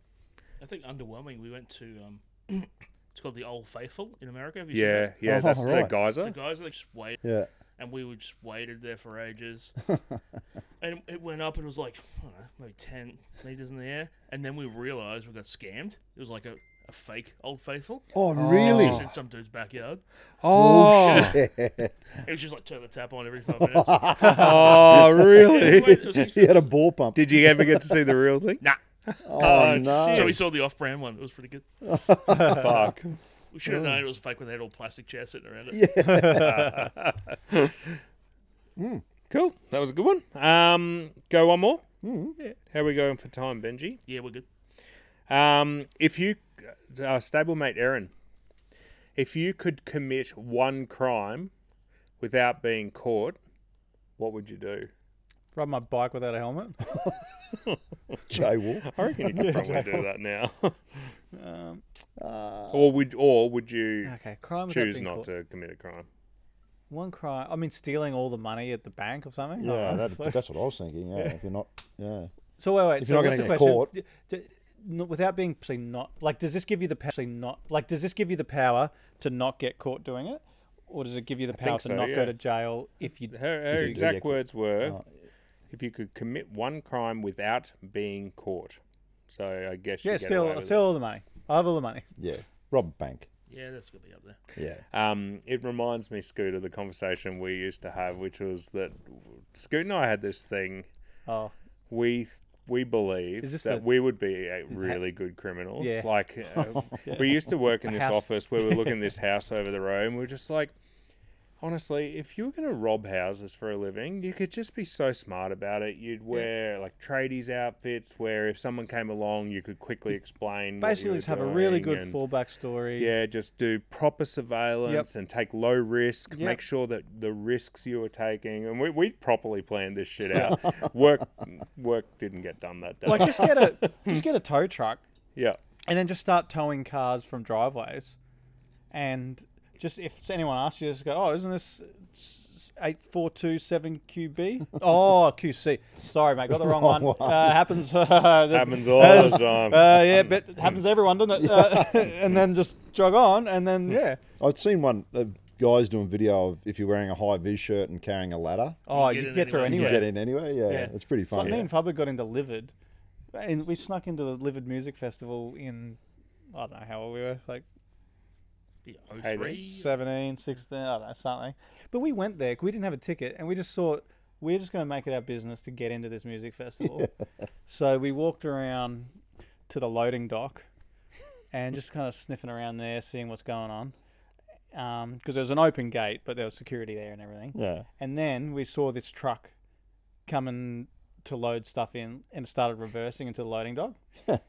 S4: I think underwhelming. We went to um, it's called the Old Faithful in America. Have you seen
S3: Yeah,
S4: that?
S3: yeah,
S2: Oh,
S3: that's the
S2: right.
S3: geyser.
S4: The guys like just wait,
S2: Yeah.
S4: and we were just waited there for ages, and it went up. and It was like I don't know, maybe ten meters in the air, and then we realized we got scammed. It was like a, a fake Old Faithful.
S2: Oh really?
S4: Just in some dude's backyard.
S3: Oh,
S4: It was just like turn the tap on every five minutes.
S3: oh, really?
S4: Anyway, it was just-
S2: he had a ball pump.
S3: Did you ever get to see the real thing?
S4: nah.
S2: oh no.
S4: So we saw the off-brand one. It was pretty good.
S3: Fuck.
S4: We should have known it was fake when they had all plastic chairs sitting around it.
S3: Cool. That was a good one. Um, go one more.
S1: Mm-hmm.
S3: How are we going for time, Benji?
S4: yeah we're good.
S3: Um, if you, uh, stablemate Aaron, if you could commit one crime without being caught, what would you do?
S1: Ride my bike without a helmet.
S2: Jaywalk.
S3: I reckon you could probably do that now.
S1: Um,
S3: or would or would you
S1: okay, crime. without
S3: choose
S1: being
S3: not
S1: caught.
S3: to commit a crime?
S1: One crime. I mean, stealing all the money at the bank or something. I
S2: Yeah,
S1: don't know.
S2: that'd, that's what I was thinking. Yeah, if you're not. Yeah.
S1: So wait, wait.
S2: If
S1: so
S2: you're not gonna
S1: what's the
S2: get
S1: question?
S2: caught-
S1: D- d- n- without being say not like, does this give you the power? Not like, does this give you the power to not get caught doing it, or does it give you the power
S3: think
S1: to
S3: so,
S1: not
S3: yeah.
S1: go to jail if you?
S3: Her, her
S2: you do
S3: exact
S2: get caught.
S3: words were,
S1: oh,
S3: "If you could commit one crime without being caught." So I guess you
S1: Yeah,
S3: get away
S1: steal,
S3: with it.
S1: steal all the money. I have all the money.
S2: Yeah. Rob a bank.
S4: Yeah, that's gonna be up there.
S2: Yeah.
S3: Um, it reminds me, Scoot, of the conversation we used to have, which was that Scoot and I had this thing.
S1: Oh,
S3: We we believe
S1: Is this
S3: that
S1: the-
S3: we would be uh, really good criminals.
S1: Yeah.
S3: Like uh, we used to work in this
S1: house.
S3: office where we were looking at this house over the road, and we were just like, honestly, if you were going to rob houses for a living, you could just be so smart about it. You'd wear like tradies outfits, where if someone came along, you could quickly explain. what you
S1: basically,
S3: were
S1: just have a really
S3: doing
S1: good
S3: and-
S1: fallback story.
S3: yeah, just do proper surveillance and take low risk.
S1: Yep.
S3: Make sure that the risks you are taking, and we, we properly planned this shit out. work work didn't get done that day.
S1: Like just get a just get a tow truck
S3: yeah,
S1: and then just start towing cars from driveways, and just if anyone asks you, just go, "Oh, isn't this eight four two seven QB? Oh, QC. Sorry, mate, got the wrong, one. Uh, happens.
S3: happens all the time. Hmm.
S1: Uh, yeah, but it happens to everyone, doesn't it? Uh, and then just jog on, and
S2: Hmm.
S1: then yeah.
S2: I'd seen one of guys doing video of if you're wearing a high vis shirt and carrying a ladder,
S1: Oh,
S4: get
S1: you
S4: in
S1: get, through
S4: anyway.
S2: you
S1: anyway.
S2: get in anyway. Yeah, it's pretty
S1: It's like
S2: funny.
S1: Me and Fubba got into Livid, and we snuck into the Livid Music Festival in I don't know how old we were, like
S4: Be
S3: Hey,
S4: 03.
S1: 17, 16, I don't know, something. But we went there 'cause we didn't have a ticket and we just thought, we're just going to make it our business to get into this music festival. So we walked around to the loading dock and just kind of sniffing around there, seeing what's going on. Because there was an open gate, but there was security there and everything.
S2: Yeah.
S1: And then we saw this truck coming to load stuff in and it started reversing into the loading dock.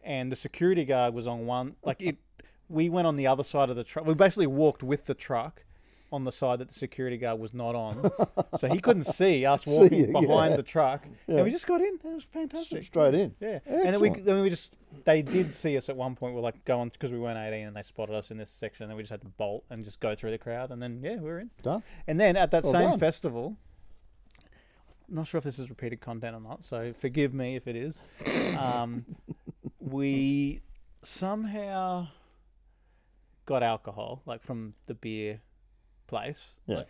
S1: and the security guard was on one, like it, we went on the other side of the truck. We basically walked with the truck on the side that the security guard was not on, so he couldn't see us walking
S2: you,
S1: behind
S2: yeah.
S1: the truck, and we just got in. It was fantastic.
S2: straight in.
S1: Yeah, and then we
S2: Excellent.
S1: then we just they did see us at one point. We're like going because we weren't eighteen, and they spotted us in this section, and then we just had to bolt and just go through the crowd, and then yeah, we were in.
S2: Done.
S1: And then at that
S2: Well
S1: same
S2: done.
S1: festival, not sure if this is repeated content or not, so forgive me if it is. Um, we somehow got alcohol, like from the beer place.
S2: Yeah.
S1: Like,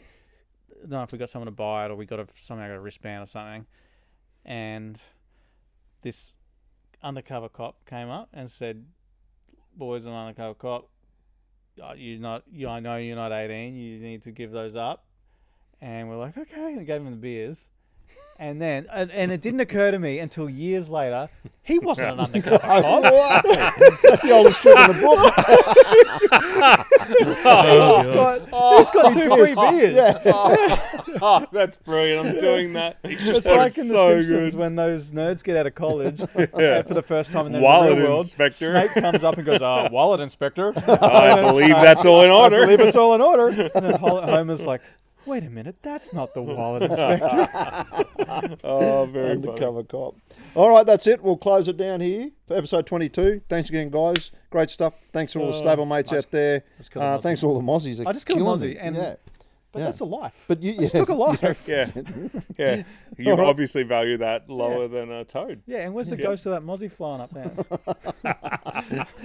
S1: I don't know if we got someone to buy it or we got a, somehow got a wristband or something. And this undercover cop came up and said, "Boys, I'm an undercover cop. Uh, You're not. You, I know you're not 18. You need to give those up." And we're like, "Okay," and gave him the beers. And then, and, and it didn't occur to me until years later, he wasn't an undercover cop.
S2: Oh, wow. That's the oldest trick in the book.
S1: He's got, he's got two free beers.
S2: Yeah.
S3: Oh, that's brilliant. I'm doing that. It's
S1: It's like in The Simpsons when those nerds get out of college uh, for the first time in the
S3: Wallet
S1: real world.
S3: inspector.
S1: Snake comes up and goes, "Ah, wallet inspector."
S3: I believe that's all in
S1: I believe
S3: order.
S1: it's all in order. And then Hol- Homer's like, "Wait a minute, that's not the wallet inspector."
S3: Oh, very funny.
S2: Undercover cop. All right, that's it. We'll close it down here for episode 22. Thanks again, guys. Great stuff. Thanks to all the
S1: Oh,
S2: stable mates out there.
S1: Just 'cause I'm
S2: Uh,
S1: Aussie.
S2: thanks to all the mozzies.
S1: I just called
S2: Killing
S1: Mozzie
S2: it.
S1: and-
S2: yeah.
S1: But
S2: Yeah.
S1: that's a life.
S2: But you, yeah.
S1: It took a life. Yeah,
S3: Yeah, yeah. You
S2: right.
S3: obviously value that lower than a toad.
S1: and where's the ghost of that mozzie flying up there?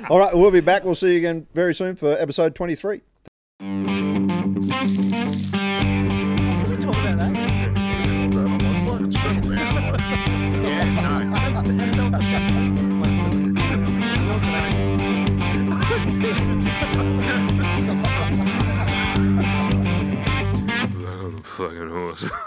S2: All right, we'll be back. We'll see you again very soon for episode 23.
S1: Can we talk about that?
S5: I'm a fucking horse.